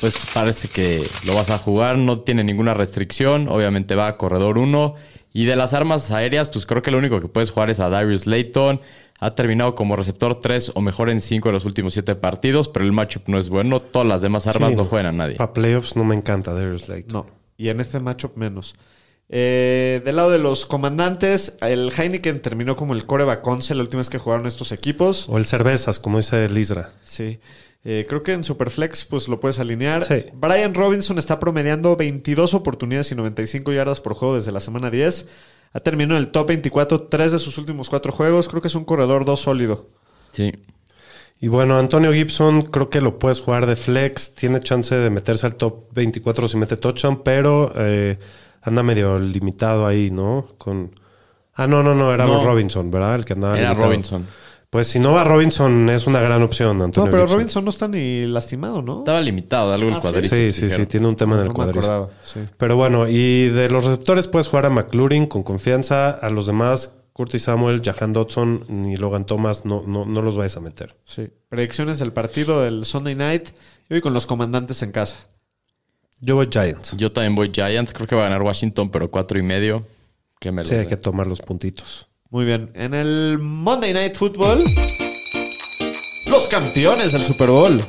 Pues parece que lo vas a jugar. No tiene ninguna restricción. Obviamente va a corredor 1. Y de las armas aéreas, pues creo que lo único que puedes jugar es a Darius Layton. Ha terminado como receptor 3 o mejor en 5 de los últimos 7 partidos. Pero el matchup no es bueno. Todas las demás armas Sí, Ah, no juegan a nadie. Para playoffs no me encanta Darius Layton. No. Y en este matchup menos. Eh, del lado de los comandantes, el Heineken terminó como el coreback 11 la última vez que jugaron estos equipos. O el cervezas, como dice el Isra. Sí. Eh, creo que en Superflex pues lo puedes alinear. Sí. Brian Robinson está promediando 22 oportunidades y 95 yardas por juego desde la semana 10. Ha terminado en el top 24 tres de sus últimos cuatro juegos. Creo que es un corredor 2 sólido. Sí. Y bueno, Antonio Gibson creo que lo puedes jugar de flex. Tiene chance de meterse al top 24 si mete touchdown, pero eh, anda medio limitado ahí, ¿no? Con... Ah, no, no, no, era No. Robinson, ¿verdad? El que andaba Era limitado. Robinson. Pues si no va Robinson, es una gran opción, No, Antonio pero Gibson. Robinson no está ni lastimado, ¿no? Estaba limitado de algo Ah, el sí. cuadríceps, Sí, sí, sí, dijeron. tiene un tema en el no me cuadriz. acordaba. Sí. Pero bueno, y de los receptores puedes jugar a McLaurin con confianza, a los demás, Curtis Samuel, Jahan Dodson ni Logan Thomas, no, no, no los vayas a meter. Sí. Predicciones del partido del Sunday Night. Y hoy con los comandantes en casa. Yo voy Giants. Yo también voy Giants. Creo que va a ganar Washington, pero cuatro y medio. Que me lo Sí, hay den. que tomar los puntitos. Muy bien. En el Monday Night Football, los campeones del Super Bowl.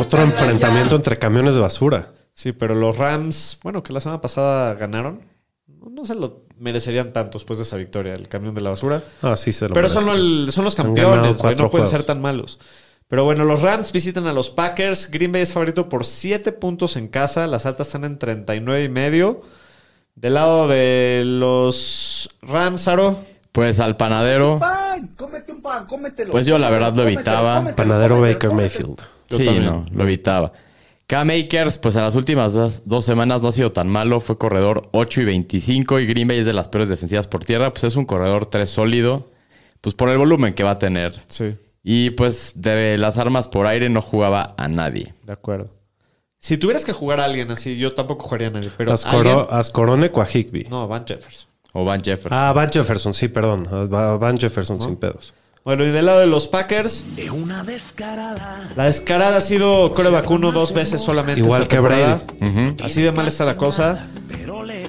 Otro enfrentamiento entre camiones de basura. Sí, pero los Rams, bueno, que la semana pasada ganaron, no no se lo merecerían tanto después de esa victoria, el camión de la basura. Ah, sí, se lo Pero son, merecen. el- son los Han campeones, ganado güey, cuatro no pueden juegos. ser tan malos. Pero bueno, los Rams visitan a los Packers. Green Bay es favorito por 7 puntos en casa. Las altas están en 39 y medio. Del lado de los Rams, Aro. Pues al panadero. pan, cómete un pan, cómetelo. Pues yo la verdad lo evitaba. Panadero Baker Mayfield. Yo sí, también. no, lo evitaba. Cam Akers, pues en las últimas dos, dos semanas no ha sido tan malo. Fue corredor 8 y 25 y Green Bay es de las peores defensivas por tierra. Pues es un corredor 3 sólido. Pues por el volumen que va a tener. Sí, Y pues de las armas por aire no jugaba a nadie. de acuerdo. Si tuvieras que jugar a alguien así, yo tampoco jugaría a nadie. Pero Ascoro- alguien- Ascorone Coahigby. No, Van Jefferson. O Van Jefferson. Ah, Van Jefferson, sí, perdón. Ah, va- Van Jefferson sin pedos. Bueno, y del lado de los Packers. Es una descarada. La descarada ha sido core vacuno dos veces solamente. Igual esta que temporada. Ujú. Así de mal está la cosa.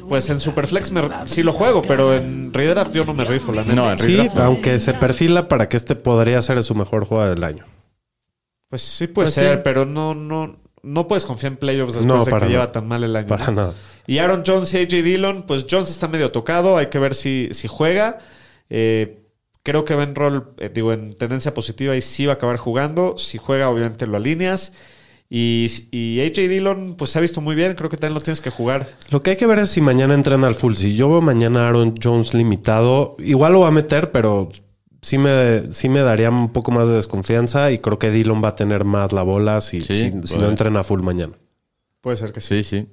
Pues en Superflex me- sí lo juego, pero en Redraft yo no me rifo, la neta. No, en Sí, redraft. aunque se perfila para que este podría ser su mejor jugada del año. Pues sí puede Pues ser, sí. pero no, no, no puedes confiar en playoffs después No, de que para lleva nada. tan mal el año. Para ¿no? nada. Y Aaron Jones y AJ Dillon, pues Jones está medio tocado, hay que ver si, si juega. Eh, creo que va en rol, eh, digo, en tendencia positiva y sí va a acabar jugando. Si juega, obviamente lo alineas. Y, y AJ Dillon, pues se ha visto muy bien. Creo que también lo tienes que jugar. Lo que hay que ver es si mañana entrena al full. Si yo veo mañana a Aaron Jones limitado, igual lo va a meter, pero sí me, sí me daría un poco más de desconfianza y creo que Dillon va a tener más la bola si, Sí, si- si puede. no entrena full mañana. Puede ser que sí. Sí, sí.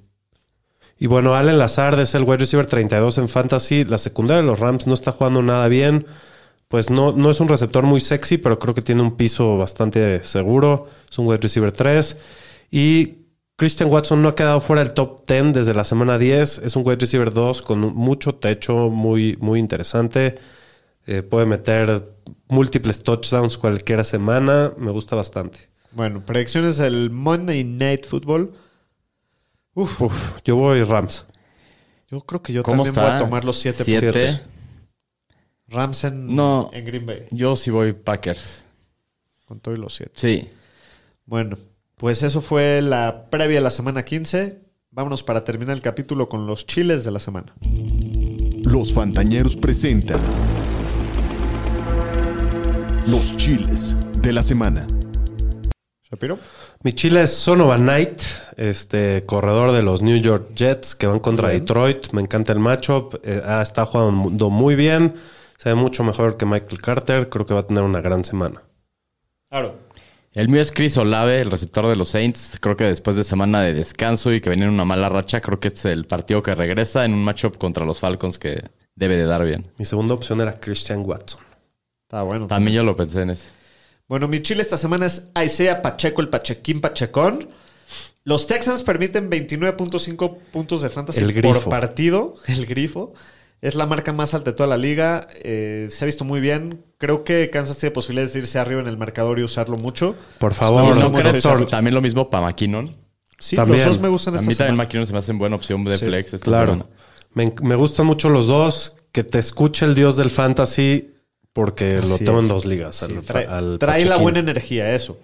Y bueno, Allen Lazard es el wide receiver 32 en fantasy. La secundaria de los Rams no está jugando nada bien. Pues no, no es un receptor muy sexy, pero creo que tiene un piso bastante seguro. Es un wide receiver 3. Y Christian Watson no ha quedado fuera del top 10 desde la semana 10. Es un wide receiver 2 con un- mucho techo, muy, muy interesante. Eh, puede meter múltiples touchdowns cualquier semana. Me gusta bastante. Bueno, predicciones del Monday Night Football. Uf, Yo voy Rams. yo creo que yo ¿Cómo también está? voy a tomar los 7 Siete. Rams en, No. en Green Bay. Yo sí voy Packers. Con todo y los 7. Sí. Bueno, pues eso fue la previa de la semana 15. Vámonos para terminar el capítulo con los chiles de la semana. Los Fantañeros presentan Los chiles de la semana. Shapiro. Mi chile es Sonova Knight, este corredor de los New York Jets que van contra Detroit. Me encanta el matchup. Eh, ah, está jugando muy bien. Se ve mucho mejor que Michael Carter. Creo que va a tener una gran semana. Claro. El mío es Chris Olave, el receptor de los Saints. Creo que después de semana de descanso y que venía en una mala racha, creo que este es el partido que regresa en un matchup contra los Falcons que debe de dar bien. Mi segunda opción era Christian Watson. Está bueno. También yo lo pensé en ese. Bueno, mi chile esta semana es Isaiah Pacheco, el Pachequín Pachecón. Los Texans permiten 29.5 puntos de fantasy El por grifo. partido. [laughs] El grifo. Es la marca más alta de toda la liga. Eh, se ha visto muy bien. Creo que Kansas tiene posibilidades de irse arriba en el marcador y usarlo mucho. Por ¿Y favor, no bueno, crees doctor. también lo mismo para McKinnon? Sí, También. los dos me gustan A esta mí también semana. McKinnon se me hace buena opción de flex esta semana. Claro. Me, en- me gustan mucho los dos. Que te escuche el dios del fantasy porque lo Así tengo en es. dos ligas. al Sí, fa- trae al trae la Pachequín. buena energía, eso.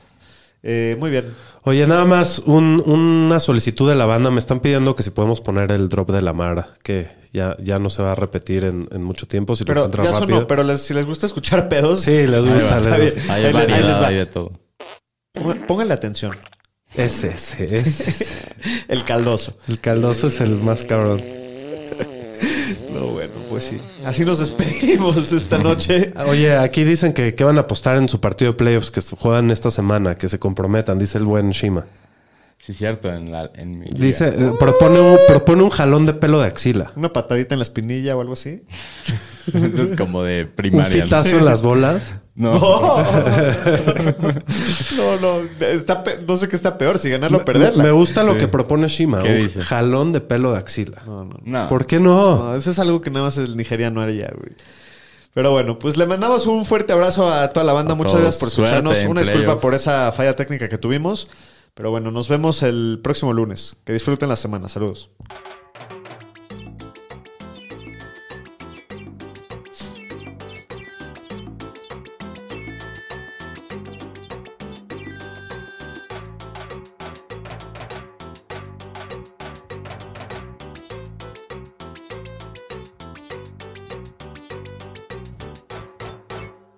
Eh, muy bien. Oye, nada más un- una solicitud de la banda. Me están pidiendo que si podemos poner el drop de la Mara, que ya, ya no se va a repetir en, en mucho tiempo. Si lo Pero encuentran ya rápido. sonó, pero les- si les gusta escuchar pedos. Sí, les gusta, está bien. les gusta. Hay Ahí le- ahí les variedad, va. hay de todo. Pongan- Pónganle atención. Ese, ese, ese, ese. [laughs] El caldoso. El caldoso es el más cabrón. No, bueno, pues sí. Así nos despedimos [laughs] esta noche. Ah, Oye, aquí dicen que, que van a apostar en su partido de playoffs que se juegan esta semana, que se comprometan, dice el buen Shima. Sí, cierto, en, la, en mi liga. Dice, eh, propone, un, propone un jalón de pelo de axila. Una patadita en la espinilla o algo [laughs] así. [laughs] Eso es como de Un primaria. fitazo en las bolas. [laughs] No. [laughs] No, no. Está pe- no sé qué está peor, si ganarlo o perderla. Me gusta lo Sí. que propone Shima, ¿Qué un dice? jalón de pelo de axila. No, no. No. ¿Por qué no? No, eso es algo que nada más el nigeriano haría, güey. Pero bueno, pues le mandamos un fuerte abrazo a toda la banda. A Muchas todos. gracias por Suerte escucharnos. en Una disculpa playoffs. por esa falla técnica que tuvimos. Pero bueno, nos vemos el próximo lunes. Que disfruten la semana. Saludos.